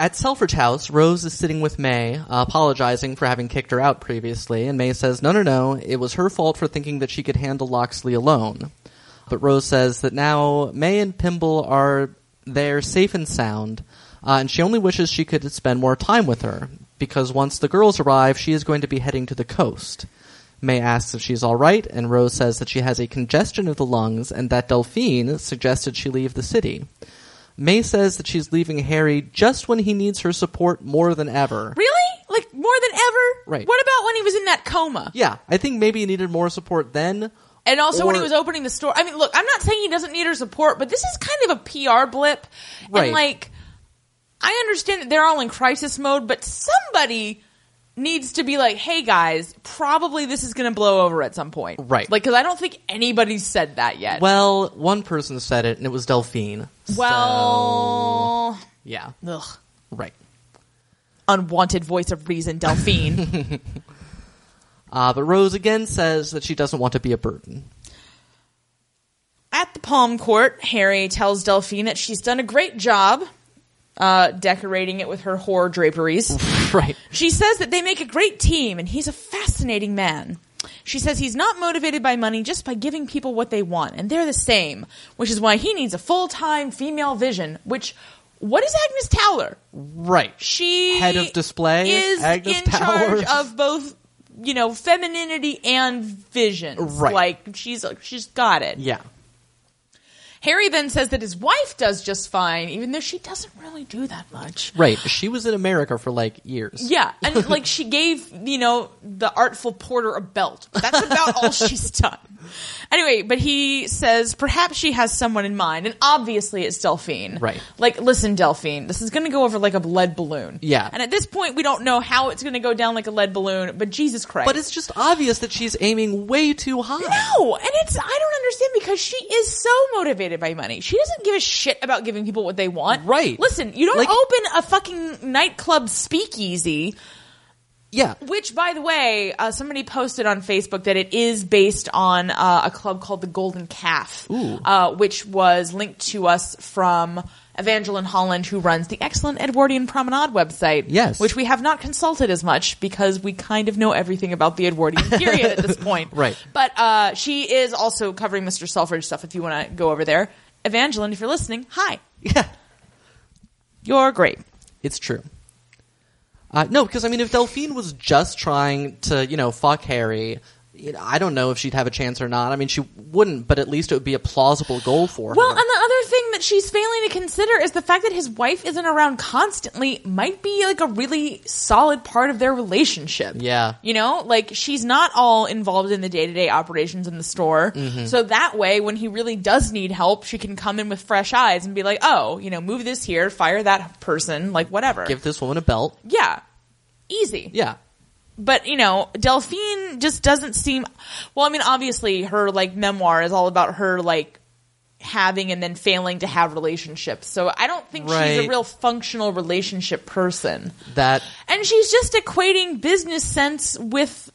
S2: At Selfridge House, Rose is sitting with May, uh, apologizing for having kicked her out previously, and May says, No, no, no, it was her fault for thinking that she could handle Loxley alone. But Rose says that now May and Pimble are there safe and sound, uh, and she only wishes she could spend more time with her, because once the girls arrive, she is going to be heading to the coast. May asks if she's all right, and Rose says that she has a congestion of the lungs and that Delphine suggested she leave the city. May says that she's leaving Harry just when he needs her support more than ever.
S3: Really? Like, more than ever?
S2: Right.
S3: What about when he was in that coma?
S2: Yeah, I think maybe he needed more support then.
S3: And also when
S2: Or-
S3: he was opening the store. I mean, look, I'm not saying he doesn't need her support, but this is kind of a PR blip.
S2: Right.
S3: And like, I understand that they're all in crisis mode, but somebody needs to be like, hey guys, probably this is going to blow over at some point.
S2: Right.
S3: Like, cause I don't think anybody's said that yet.
S2: Well, one person said it, and it was Delphine. So-
S3: Well,
S2: yeah,
S3: ugh.
S2: right.
S3: Unwanted voice of reason, Delphine.
S2: Uh, but Rose again says that she doesn't want to be a burden.
S3: At At the palm court, Harry tells Delphine that she's done a great job uh, decorating it with her horror draperies.
S2: right.
S3: She says that they make a great team and he's a fascinating man. She says he's not motivated by money, just by giving people what they want, and they're the same, which is why he needs a full time female vision. Which, what is Agnes Towler?
S2: Right.
S3: She
S2: Head of display,
S3: is
S2: Agnes
S3: in
S2: Towers.
S3: charge of both, you know, femininity and vision.
S2: Right.
S3: like she's she's got it.
S2: Yeah.
S3: Harry then says that his wife does just fine, even though she doesn't really do that much.
S2: Right. She was in America for like years.
S3: Yeah, and like she gave you know the artful porter a belt. That's about all she's done. Anyway, but he says perhaps she has someone in mind, and obviously it's Delphine.
S2: Right.
S3: Like, listen, Delphine, this is going to go over like a lead balloon.
S2: Yeah.
S3: And at this point, we don't know how it's going to go down like a lead balloon. But Jesus Christ!
S2: But it's just obvious that she's aiming way too high.
S3: No, and it's I don't understand because she is so motivated by money. She doesn't give a shit about giving people what they want.
S2: Right.
S3: Listen, you don't
S2: Like-
S3: open a fucking nightclub speakeasy,
S2: Yeah.
S3: which by the way, uh, somebody posted on Facebook that it is based on uh, a club called the Golden Calf,
S2: Ooh.
S3: Uh, which was linked to us from Evangeline Holland, who runs the excellent Edwardian Promenade website.
S2: Yes.
S3: Which we have not consulted as much because we kind of know everything about the Edwardian period at this point.
S2: Right.
S3: But uh, she is also covering Mr. Selfridge stuff if you want to go over there. Evangeline, if you're listening, hi.
S2: Yeah.
S3: You're great.
S2: It's true. Uh, no, because I mean, if Delphine was just trying to, you know, fuck Harry, you know, I don't know if she'd have a chance or not. I mean, she wouldn't, but at least it would be a plausible goal for
S3: Well,
S2: her.
S3: and the other thing that she's failing to consider is the fact that his wife isn't around constantly might be like a really solid part of their relationship.
S2: Yeah.
S3: You know, like she's not all involved in the day to day operations in the store.
S2: Mm-hmm.
S3: So that way, when he really does need help, she can come in with fresh eyes and be like, oh, you know, move this here, fire that person, like whatever.
S2: Give this woman a belt.
S3: yeah. Easy
S2: Yeah.
S3: but you know, Delphine just doesn't seem. Well, I mean, obviously, her like memoir is all about her like having and then failing to have relationships. So I don't think she's a
S2: Right.
S3: real functional relationship person,
S2: That.
S3: and she's just equating business sense with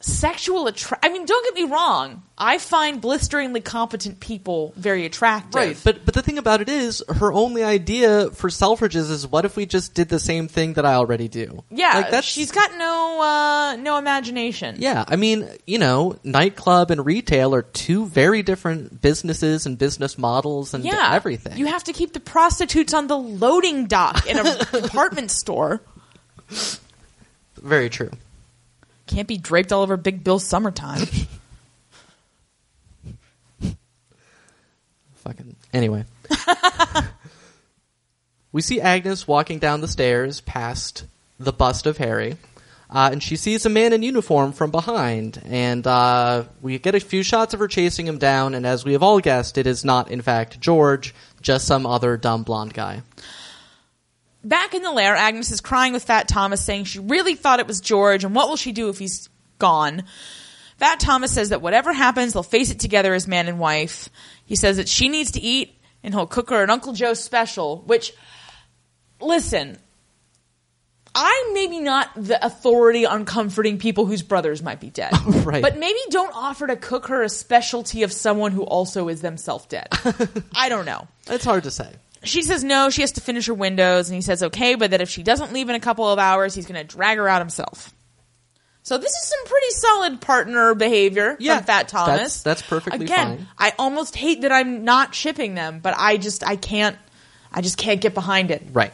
S3: sexual attract. I mean, don't get me wrong. I find blisteringly competent people very attractive.
S2: Right, but but the thing about it is, her only idea for Selfridges is, what if we just did the same thing that I already do?
S3: yeah,
S2: like that's
S3: she's got no uh, no imagination.
S2: Yeah, I mean, you know, nightclub and retail are two very different businesses and business models and everything.
S3: You have to keep the prostitutes on the loading dock in a department store.
S2: very true.
S3: Can't be draped all over Big Bill summertime.
S2: Fucking anyway. we see Agnes walking down the stairs past the bust of Harry, uh, and she sees a man in uniform from behind, and uh, we get a few shots of her chasing him down. And as we have all guessed, it is not in fact George, just some other dumb blonde guy.
S3: Back in the lair, Agnes is crying with Fat Thomas, saying she really thought it was George, and what will she do if he's gone? Fat Thomas says that whatever happens, they'll face it together as man and wife. He says that she needs to eat, and he'll cook her an Uncle Joe special, which, listen, I'm maybe not the authority on comforting people whose brothers might be dead.
S2: Right.
S3: But maybe don't offer to cook her a specialty of someone who also is themselves dead. I don't know
S2: It's hard to say.
S3: she says no, she has to finish her windows, and he says okay, but that if she doesn't leave in a couple of hours, he's going to drag her out himself. So this is some pretty solid partner behavior
S2: Yeah,
S3: from Fat Thomas.
S2: that's- that's perfectly
S3: Again,
S2: fine.
S3: I almost hate that I'm not shipping them, but I just I can't I just can't get behind it.
S2: Right.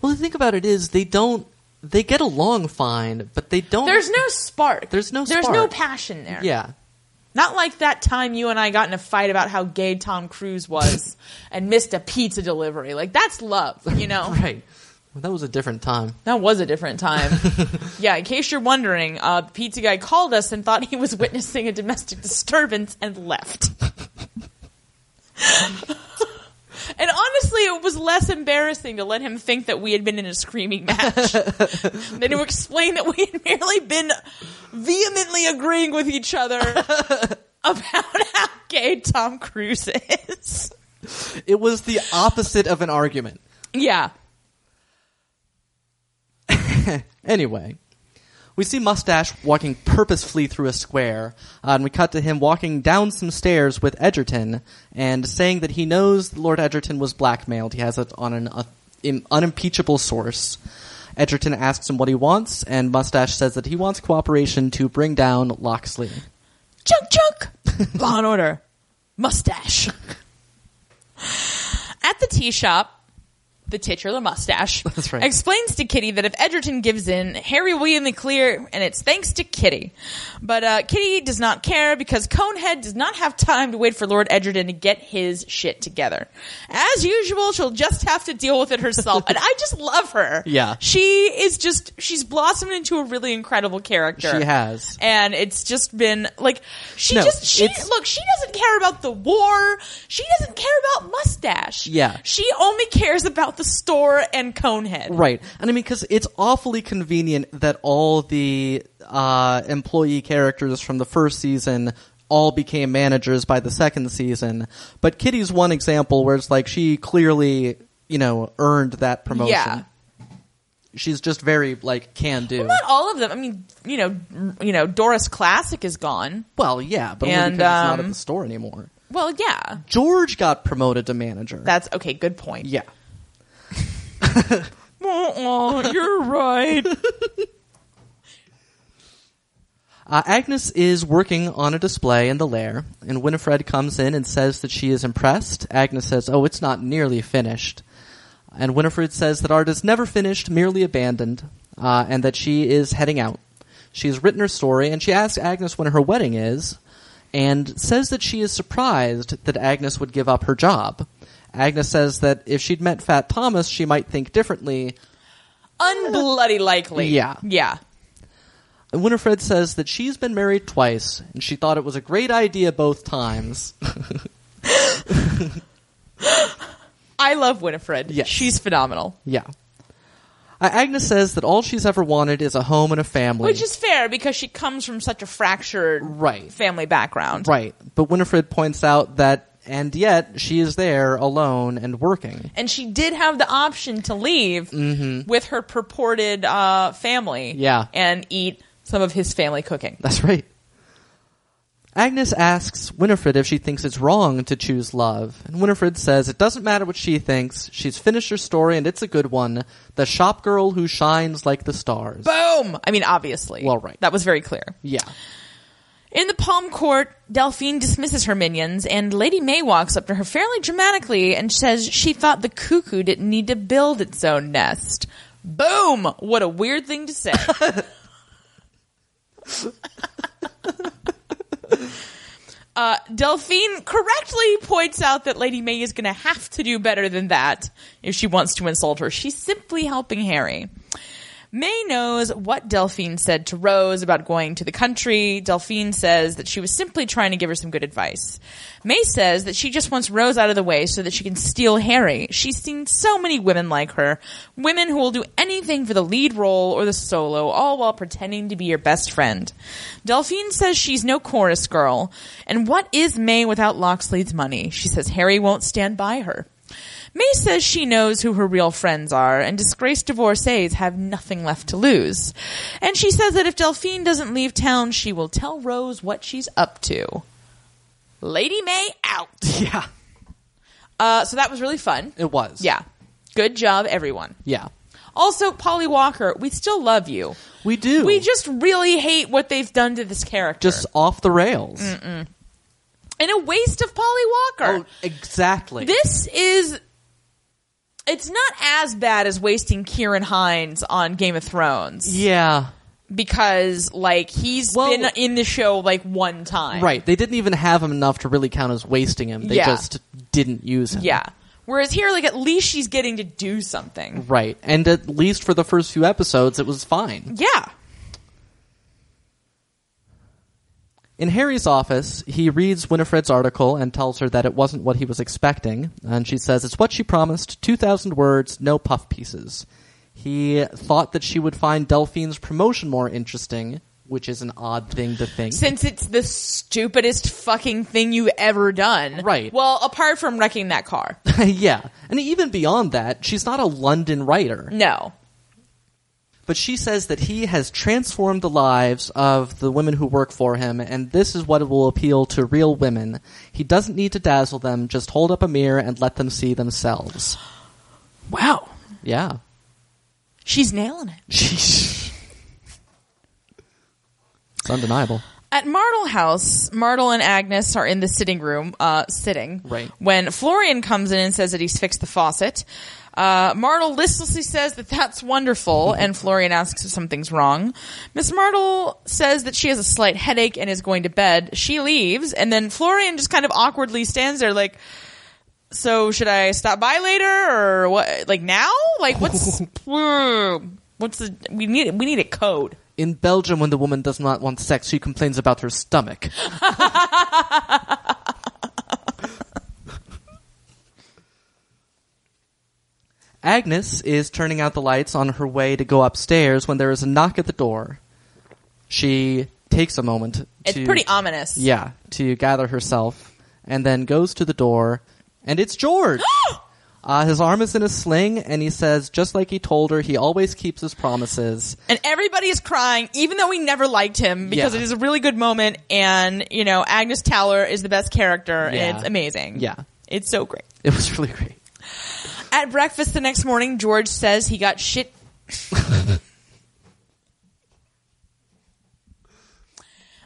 S2: Well, the thing about it is they don't. They get along fine, but they don't.
S3: There's no spark.
S2: There's no
S3: There's no
S2: spark.
S3: passion there.
S2: Yeah.
S3: Not like that time you and I got in a fight about how gay Tom Cruise was and missed a pizza delivery. Like that's love, you know.
S2: Right. Well, that was a different time.
S3: That was a different time. yeah, in case you're wondering, uh, the pizza guy called us and thought he was witnessing a domestic disturbance and left. and honestly, it was less embarrassing to let him think that we had been in a screaming match than to explain that we had merely been vehemently agreeing with each other about how gay Tom Cruise is.
S2: It was the opposite of an argument.
S3: yeah.
S2: Anyway, We see Mustache walking purposefully through a square, uh, and we cut to him walking down some stairs with Edgerton and saying that he knows Lord Edgerton was blackmailed. He has it on an uh, im- unimpeachable source. Edgerton asks him what he wants, and Mustache says that he wants cooperation to bring down Loxley.
S3: Chunk chunk. Law and order. Mustache. At the tea shop, the titular mustache
S2: That's right.
S3: explains to Kitty that if Edgerton gives in, Harry will be in the clear, and it's thanks to Kitty. But uh, Kitty does not care because Conehead does not have time to wait for Lord Edgerton to get his shit together. As usual, she'll just have to deal with it herself, and I just love her.
S2: Yeah.
S3: she is just she's blossomed into a really incredible character.
S2: She has.
S3: and it's just been like she
S2: No,
S3: just she
S2: it's-
S3: look she doesn't care about the war she doesn't care about mustache
S2: Yeah.
S3: she only cares about the store and conehead
S2: Right. And I mean, because it's awfully convenient that all the uh, employee characters from the first season all became managers by the second season. But Kitty's one example where it's like she clearly, you know, earned that promotion.
S3: Yeah.
S2: She's just very, like, can do.
S3: not all of them i mean you know m- you know doris classic is gone
S2: Well, yeah, but only
S3: And,
S2: because it's not at
S3: um,
S2: the store anymore.
S3: well yeah
S2: George got promoted to manager.
S3: that's okay good point
S2: yeah.
S3: Uh-uh, you're right
S2: Uh, Agnes is working on a display in the lair, and Winifred comes in and says that she is impressed. Agnes says, Oh, it's not nearly finished. And Winifred says that art is never finished, merely abandoned, uh, and that she is heading out. She has written her story, and she asks Agnes when her wedding is, and says that she is surprised that Agnes would give up her job. Agnes says that if she'd met Fat Thomas, she might think differently,
S3: unbloody likely
S2: Yeah.
S3: yeah
S2: And Winifred says that she's been married twice, and she thought it was a great idea both times.
S3: i love winifred
S2: Yes.
S3: she's phenomenal
S2: yeah. Uh, Agnes says that all she's ever wanted is a home and a family.
S3: which is fair because she comes from such a fractured
S2: Right.
S3: family background
S2: right. But Winifred points out that, and yet, she is there alone and working.
S3: and she did have the option to leave with her purported uh, family
S2: Mm-hmm. Yeah.
S3: and eat some of his family cooking
S2: That's right. Agnes asks Winifred if she thinks it's wrong to choose love, and Winifred says it doesn't matter what she thinks. She's finished her story, and it's a good one. The shop girl who shines like the stars.
S3: boom i mean obviously
S2: Well, right.
S3: that was very clear
S2: yeah.
S3: in the palm court delphine dismisses her minions and lady may walks up to her fairly dramatically and says she thought the cuckoo didn't need to build its own nest boom what a weird thing to say Uh, Delphine correctly points out that Lady May is going to have to do better than that if she wants to insult her. She's simply helping Harry. May knows what Delphine said to Rose about going to the country. Delphine says that she was simply trying to give her some good advice. May says that she just wants Rose out of the way so that she can steal Harry. She's seen so many women like her. Women who will do anything for the lead role or the solo, all while pretending to be your best friend. Delphine says she's no chorus girl. And what is May without Loxley's money? She says Harry won't stand by her. May says she knows who her real friends are, and disgraced divorcees have nothing left to lose. And she says that if Delphine doesn't leave town, she will tell Rose what she's up to. Lady May out.
S2: Yeah.
S3: Uh, so that was really fun.
S2: It was.
S3: Yeah. Good job, everyone.
S2: Yeah.
S3: Also, Polly Walker, we still love you.
S2: We do.
S3: We just really hate what they've done to this character.
S2: just off the rails.
S3: and a waste of Polly Walker.
S2: Oh, exactly.
S3: This is. It's not as bad as wasting Kieran Hines on Game of Thrones
S2: yeah.
S3: because, like, he's
S2: Well-
S3: been in the show like one time,
S2: Right. They didn't even have him enough to really count as wasting him. They
S3: Yeah.
S2: just didn't use him.
S3: Yeah. Whereas here, like, at least she's getting to do something.
S2: Right. And at least for the first few episodes, it was fine.
S3: Yeah.
S2: In Harry's office, he reads Winifred's article and tells her that it wasn't what he was expecting. And she says it's what she promised 2,000 words, no puff pieces. He thought that she would find Delphine's promotion more interesting, which is an odd thing to think.
S3: Since it's the stupidest fucking thing you've ever done.
S2: Right.
S3: Well, apart from wrecking that car.
S2: yeah. And even beyond that, she's not a London writer.
S3: No.
S2: But she says that he has transformed the lives of the women who work for him, and this is what will appeal to real women. He doesn't need to dazzle them, just hold up a mirror and let them see themselves.
S3: Wow.
S2: Yeah.
S3: She's nailing it.
S2: Sheesh. It's undeniable.
S3: At Martle House, Martle and Agnes are in the sitting room, uh, sitting.
S2: Right.
S3: When Florian comes in and says that he's fixed the faucet, uh, Martle listlessly says that that's wonderful, and Florian asks if something's wrong. Miss Martle says that she has a slight headache and is going to bed. She leaves, and then Florian just kind of awkwardly stands there like, so should I stop by later or what? Like now? Like what's, what's the, we need, we need a code.
S2: In Belgium, when the woman does not want sex, she complains about her stomach. Agnes is turning out the lights on her way to go upstairs when there is a knock at the door. She takes a moment.
S3: It's
S2: to-
S3: pretty ominous.
S2: Yeah, to gather herself, and then goes to the door, and it's George. uh, his arm is in a sling, and he says, just like he told her, he always keeps his promises.
S3: And everybody is crying, even though we never liked him, because
S2: Yeah.
S3: it is a really good moment. And, you know, Agnes Towler is the best character,
S2: Yeah.
S3: and it's amazing.
S2: Yeah.
S3: It's so great.
S2: It was really great.
S3: At breakfast the next morning, George says he got shit.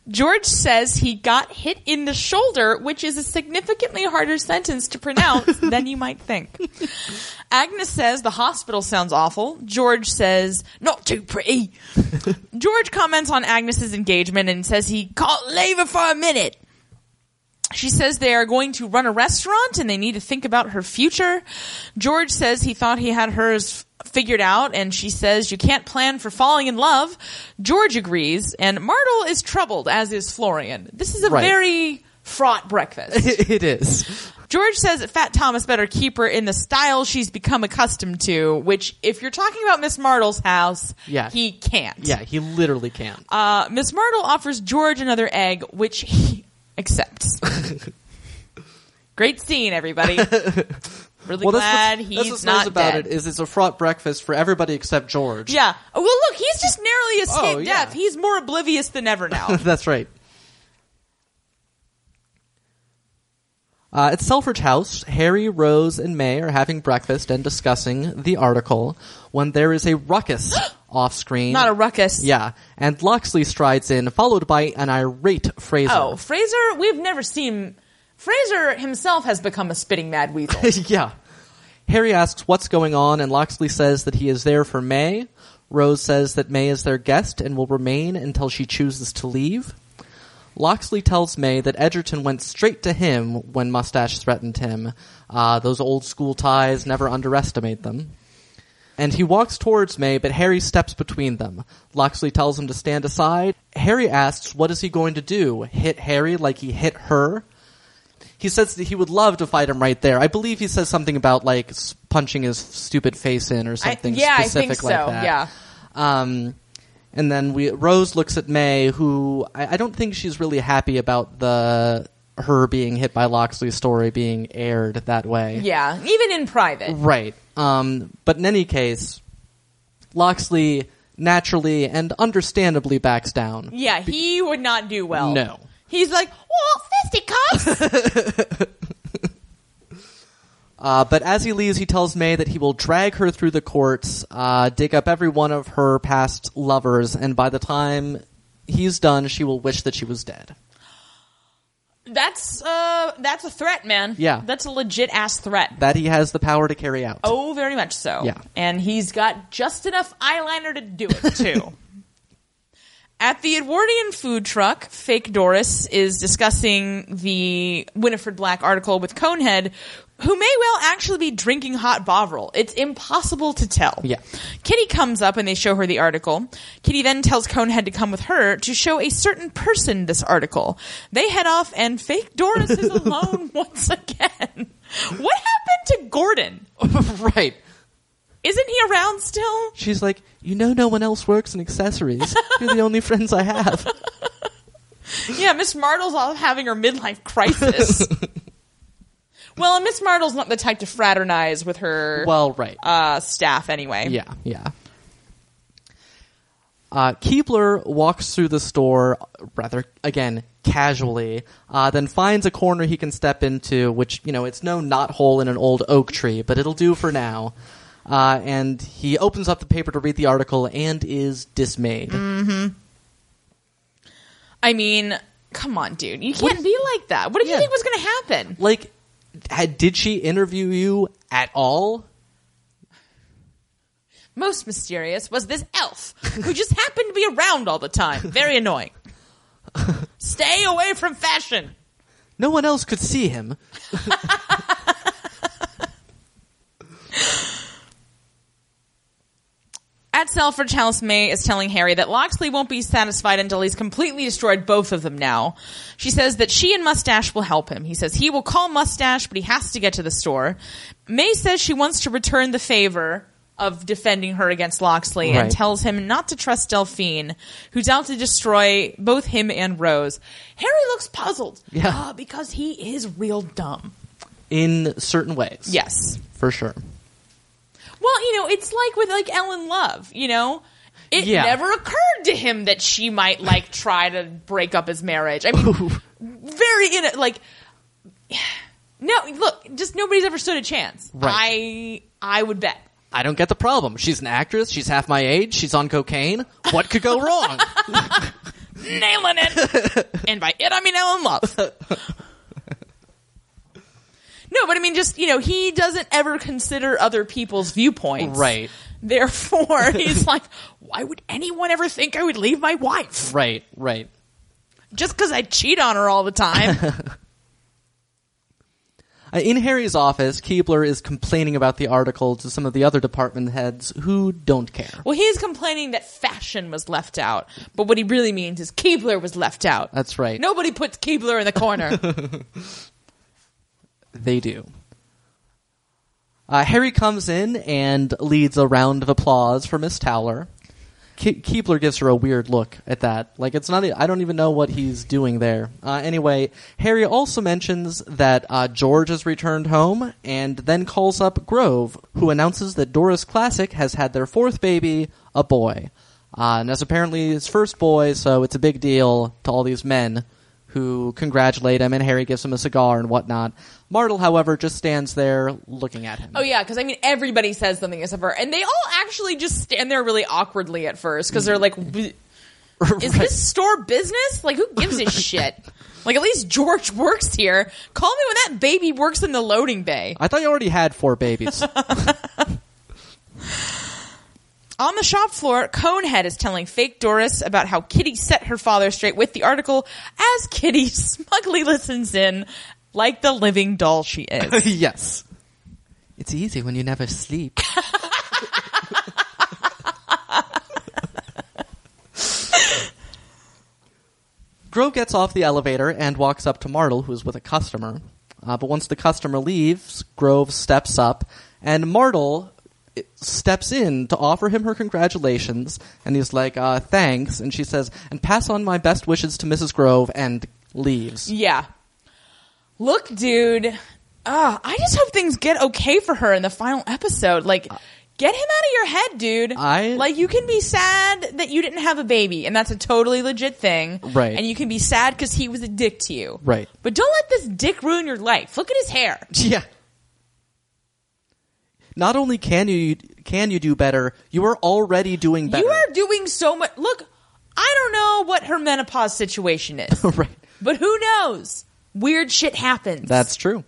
S3: George says he got hit in the shoulder, which is a significantly harder sentence to pronounce than you might think. Agnes says the hospital sounds awful. George says, not too pretty. George comments on Agnes's engagement and says he caught labor for a minute. She says they are going to run a restaurant and they need to think about her future. George says he thought he had hers figured out and she says you can't plan for falling in love. George agrees and Martel is troubled as is Florian. This is a
S2: Right.
S3: very fraught breakfast.
S2: it is.
S3: George says that Fat Thomas better keep her in the style she's become accustomed to, which if you're talking about Miss Martle's house,
S2: Yeah.
S3: he can't.
S2: Yeah, he literally can't.
S3: Uh, Miss Martle offers George another egg, which he accepts. Great scene, everybody. Really glad
S2: that's what's, that's
S3: he's
S2: what's
S3: not
S2: nice about
S3: dead.
S2: it is it's a fraught breakfast for everybody except George.
S3: yeah. Oh, Well, look, he's just narrowly escaped
S2: Oh, yeah.
S3: death. He's more oblivious than ever now.
S2: That's right. Uh, at Selfridge House, Harry, Rose, and May are having breakfast and discussing the article when there is a ruckus off screen.
S3: not a ruckus.
S2: Yeah, and Loxley strides in, followed by an irate Fraser.
S3: Oh, Fraser, we've never seen. Fraser himself has become a spitting mad weasel.
S2: yeah. Harry asks what's going on, and Loxley says that he is there for May. Rose says that May is their guest and will remain until she chooses to leave. Loxley tells May that Edgerton went straight to him when Mustache threatened him. Uh, those old school ties never underestimate them. And he walks towards May, but Harry steps between them. Loxley tells him to stand aside. Harry asks, what is he going to do? Hit Harry like he hit her? He says that he would love to fight him right there. I believe he says something about like s- punching his stupid face in or something
S3: yeah, I
S2: specific
S3: think
S2: like
S3: so,
S2: that.
S3: yeah.
S2: Um, and then we Rose looks at May, who I, I don't think she's really happy about the her being hit by Loxley's story being aired that way.
S3: yeah, even in private.
S2: Right. Um, but in any case, Loxley naturally and understandably backs down.
S3: Yeah, he would not do well.
S2: No.
S3: He's like, well, fisticuffs.
S2: Uh, but as he leaves, he tells May that he will drag her through the courts, uh, dig up every one of her past lovers, and by the time he's done, she will wish that she was dead.
S3: that's uh, that's a threat, man.
S2: Yeah.
S3: that's a legit ass threat.
S2: That he has the power to carry out.
S3: oh, very much so.
S2: Yeah.
S3: and he's got just enough eyeliner to do it too. At the Edwardian food truck, fake Doris is discussing the Winifred Black article with Conehead, who may well actually be drinking hot Bovril. It's impossible to tell.
S2: Yeah.
S3: Kitty comes up and they show her the article. Kitty then tells Conehead to come with her to show a certain person this article. They head off and fake Doris is alone once again. What happened to Gordon?
S2: right.
S3: Isn't he around still?
S2: She's like, you know, no one else works in accessories. You're the only friends I have.
S3: Yeah, Miss Martle's all having her midlife crisis. well, and Miss Martle's not the type to fraternize with her
S2: Well, right.
S3: uh, staff anyway.
S2: Yeah, yeah. Uh, Keebler walks through the store rather again casually, uh, then finds a corner he can step into, which you know it's no knot hole in an old oak tree, but it'll do for now. Uh, and he opens up the paper to read the article and is dismayed.
S3: I mean, come on, dude. You can't be like that. What did
S2: Yeah.
S3: you think was going to happen?
S2: Like, had, did she interview you at all?
S3: Most mysterious was this elf who just happened to be around all the time. Very annoying. Stay away from fashion.
S2: No one else could see him.
S3: At Selfridge, House May is telling Harry that Loxley won't be satisfied until he's completely destroyed both of them now. She says that she and Mustache will help him. He says he will call Mustache, but he has to get to the store. May says she wants to return the favor of defending her against Loxley and
S2: Right.
S3: tells him not to trust Delphine, who's out to destroy both him and Rose. Harry looks puzzled.
S2: Yeah.
S3: uh, because he is real dumb.
S2: In certain ways.
S3: Yes.
S2: For sure.
S3: Well, you know, it's like with like Ellen Love, you know? It
S2: Yeah.
S3: never occurred to him that she might like try to break up his marriage. I mean, very in like no, look, just nobody's ever stood a chance.
S2: Right.
S3: I I would bet.
S2: I don't get the problem. She's an actress. She's half my age. She's on cocaine. What could go wrong?
S3: Nailing it. and by it I mean Ellen Love. No, but I mean, just you know, he doesn't ever consider other people's viewpoints,
S2: Right.
S3: Therefore, he's like, "Why would anyone ever think I would leave my wife?"
S2: right, right.
S3: just because I cheat on her all the time.
S2: Uh, In Harry's office, Keebler is complaining about the article to some of the other department heads who don't care.
S3: well, he's complaining that fashion was left out, but what he really means is Keebler was left out.
S2: That's right.
S3: Nobody puts Keebler in the corner.
S2: They do. Uh, Harry comes in and leads a round of applause for Miss Towler. Ke- Keebler gives her a weird look at that. Like, it's not, e- I don't even know what he's doing there. Uh, anyway, Harry also mentions that uh, George has returned home and then calls up Grove, who announces that Doris Classic has had their fourth baby, a boy. Uh, and that's apparently his first boy, so it's a big deal to all these men who congratulate him, and Harry gives him a cigar and whatnot. Martel, however, just stands there looking at him.
S3: oh yeah, because I mean everybody says something except her, and they all actually just stand there really awkwardly at first because they're like, "W- "Is
S2: Right.
S3: this store business? Like, who gives a shit?" Like at least George works here. Call me when that baby works in the loading bay.
S2: I thought you already had four babies.
S3: On the shop floor, Conehead is telling fake Doris about how Kitty set her father straight with the article as Kitty smugly listens in like the living doll she is.
S2: yes. It's easy when you never sleep. Grove gets off the elevator and walks up to Martel, who's with a customer. Uh, but once the customer leaves, Grove steps up, and Martel i- steps in to offer him her congratulations, and he's like, uh, thanks, and she says, and pass on my best wishes to Mrs. Grove, and leaves.
S3: yeah. Look, dude. Uh, I just hope things get okay for her in the final episode. Like, get him out of your head, dude.
S2: Uh, I-
S3: like you can be sad that you didn't have a baby, and that's a totally legit thing.
S2: Right.
S3: And you can be sad because he was a dick to you.
S2: Right.
S3: But don't let this dick ruin your life. Look at his hair.
S2: Yeah. Not only can you can you do better, you are already doing better.
S3: You are doing so much. Look, I don't know what her menopause situation is,
S2: right.
S3: but who knows? Weird shit happens.
S2: That's true.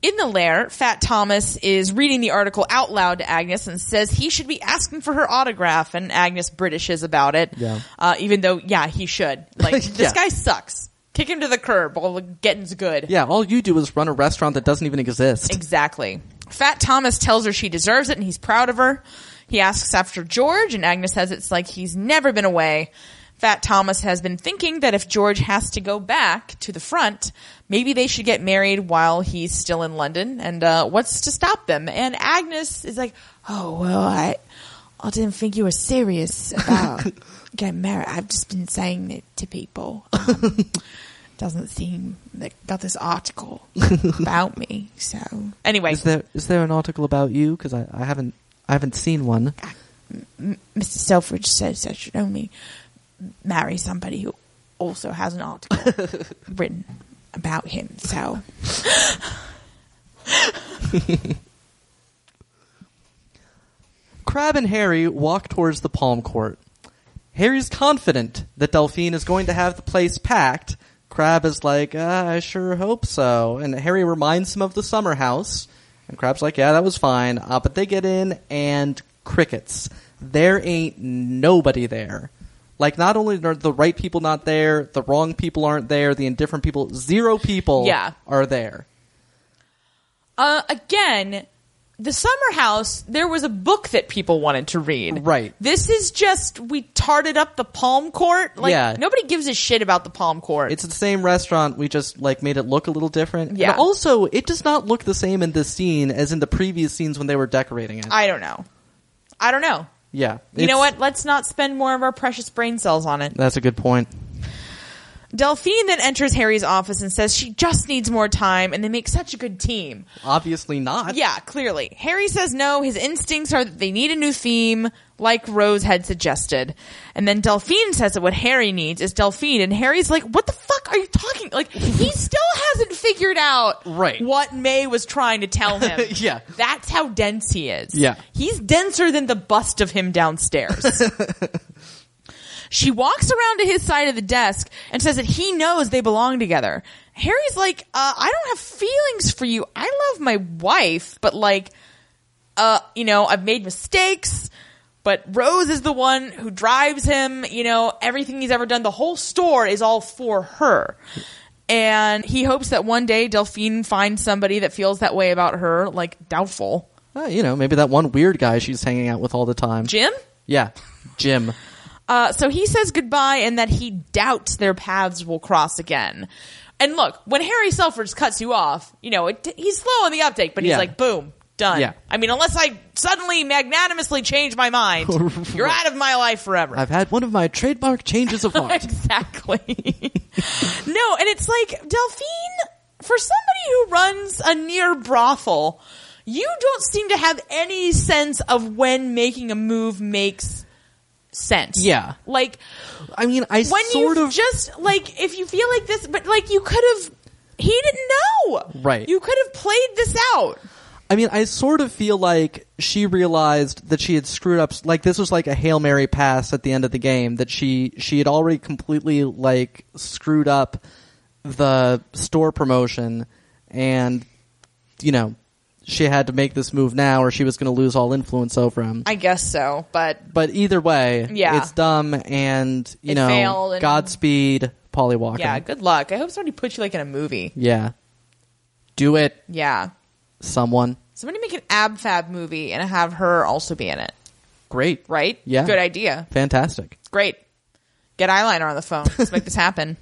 S3: in the lair. Fat Thomas is reading the article out loud to Agnes and says he should be asking for her autograph, and Agnes Britishes about it.
S2: Yeah.
S3: Uh, even though, yeah, he should. Like
S2: Yeah.
S3: this guy sucks. Kick him to the curb. All the getting's good.
S2: Yeah, all you do is run a restaurant that doesn't even exist.
S3: Exactly. Fat Thomas tells her she deserves it and he's proud of her. He asks after George and Agnes says it's like he's never been away. Fat Thomas has been thinking that if George has to go back to the front, maybe they should get married while he's still in London and uh, what's to stop them? And Agnes is like, oh, well, I, I didn't think you were serious about getting married. I've just been saying it to people. Um, doesn't seem they got this article about me. So anyway,
S2: Is there is there an article about you? Because I, I haven't I haven't seen one.
S3: M- Mr. Selfridge says I should only marry somebody who also has an article written about him. So
S2: Crab and Harry walk towards the palm court. Harry's confident that Delphine is going to have the place packed. Crab is like, uh, I sure hope so. And Harry reminds him of the summer house. And Crab's like, yeah, that was fine. Uh, but they get in and crickets. There ain't nobody there. Like, not only are the right people not there, the wrong people aren't there, the indifferent people, zero people
S3: Yeah.
S2: are there.
S3: uh, again, the summer house. There was a book that people wanted to read.
S2: Right.
S3: This is just we tarted up the palm court. Like
S2: Yeah.
S3: nobody gives a shit about the palm court.
S2: It's the same restaurant. We just like made it look a little different.
S3: Yeah.
S2: And also, it does not look the same in this scene as in the previous scenes when they were decorating it.
S3: I don't know. I don't know.
S2: yeah.
S3: You know
S2: It's-
S3: what? Let's not spend more of our precious brain cells on it.
S2: That's a good point.
S3: Delphine then enters Harry's office and says she just needs more time and they make such a good team.
S2: Obviously not.
S3: Yeah, clearly. Harry says no. His instincts are that they need a new theme, like Rose had suggested. And then Delphine says that what Harry needs is Delphine, and Harry's like, "What the fuck are you talking? Like, he still hasn't figured out
S2: Right.
S3: what May was trying to tell him.
S2: Yeah.
S3: that's how dense he is.
S2: Yeah.
S3: he's denser than the bust of him downstairs." She walks around to his side of the desk and says that he knows they belong together. Harry's like, uh, I don't have feelings for you. I love my wife, but like, uh, you know, I've made mistakes, but Rose is the one who drives him. You know, everything he's ever done, the whole store is all for her. And he hopes that one day Delphine finds somebody that feels that way about her, like doubtful.
S2: Uh, you know, maybe that one weird guy she's hanging out with all the time.
S3: Jim?
S2: Yeah. Jim.
S3: Uh, so he says goodbye and that he doubts their paths will cross again. And look, when Harry Selfridge cuts you off, you know, it, he's slow on the uptake, but he's
S2: Yeah.
S3: like, boom, done.
S2: Yeah.
S3: I mean, unless I suddenly magnanimously change my mind, you're out of my life forever.
S2: I've had one of my trademark changes of heart.
S3: exactly. no, and it's like, Delphine, for somebody who runs a near brothel, you don't seem to have any sense of when making a move makes sense.
S2: Yeah.
S3: Like,
S2: I mean, I
S3: when
S2: sort
S3: you
S2: of.
S3: just like if you feel like this but like you could have he didn't know
S2: Right.
S3: you could have played this out
S2: I mean, I sort of feel like she realized that she had screwed up. Like this was like a hail mary pass at the end of the game that she she had already completely like screwed up the store promotion, and you know she had to make this move now, or she was going to lose all influence over him.
S3: i guess so but
S2: but either way,
S3: Yeah.
S2: it's dumb, and you
S3: It
S2: know,
S3: failed and-
S2: Godspeed, Polly Walker.
S3: yeah good luck i hope somebody puts you like in a movie
S2: yeah, do it,
S3: yeah
S2: someone.
S3: somebody make an ab fab movie and have her also be in it
S2: Great,
S3: right
S2: Yeah.
S3: good idea
S2: fantastic.
S3: great get eyeliner on the phone let's make this happen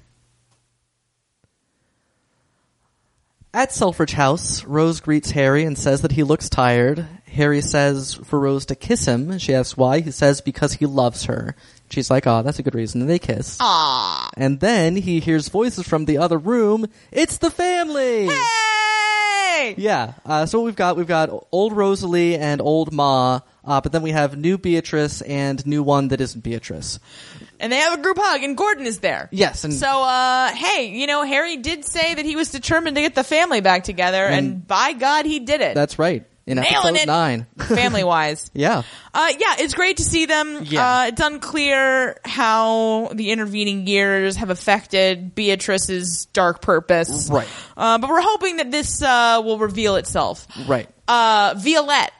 S2: At Selfridge House, Rose greets Harry and says that he looks tired. Harry says for Rose to kiss him. She asks why. He says because he loves her. She's like, oh, that's a good reason. And they kiss.
S3: ah
S2: And then he hears voices from the other room. It's the family!
S3: hey
S2: Yeah. Uh, so what we've got, we've got old Rosalie and old Ma, uh, but then we have new Beatrice and new one that isn't Beatrice.
S3: and they have a group hug and gordon is there
S2: Yes, and-
S3: so uh hey you know harry did say that he was determined to get the family back together and, by god he did it
S2: That's right. In
S3: Nailing
S2: episode
S3: it.
S2: nine.
S3: family wise
S2: yeah.
S3: uh yeah it's great to see them
S2: Yeah.
S3: uh it's unclear how the intervening years have affected beatrice's dark purpose
S2: Right.
S3: uh, but we're hoping that this uh will reveal itself
S2: Right.
S3: uh violette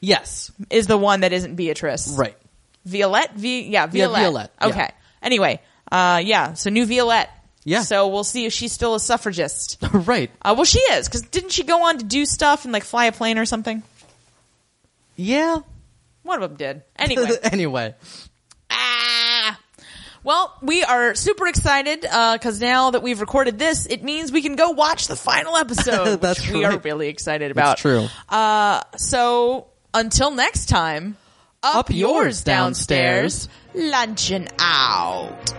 S2: Yes.
S3: is the one that isn't beatrice
S2: Right.
S3: Violette, v- yeah, Violette.
S2: Violette, yeah.
S3: Okay. Anyway, uh, yeah. So new Violette.
S2: Yeah.
S3: So we'll see if she's still a suffragist.
S2: right.
S3: Uh, well, she is because didn't she go on to do stuff and like fly a plane or something?
S2: Yeah.
S3: One of them did. Anyway.
S2: anyway.
S3: ah. Well, we are super excited because now that we've recorded this, it means we can go watch the final episode.
S2: That's
S3: which we
S2: right.
S3: are really excited about.
S2: That's true.
S3: Uh, so until next time, up,
S2: Up yours
S3: yours downstairs, luncheon out.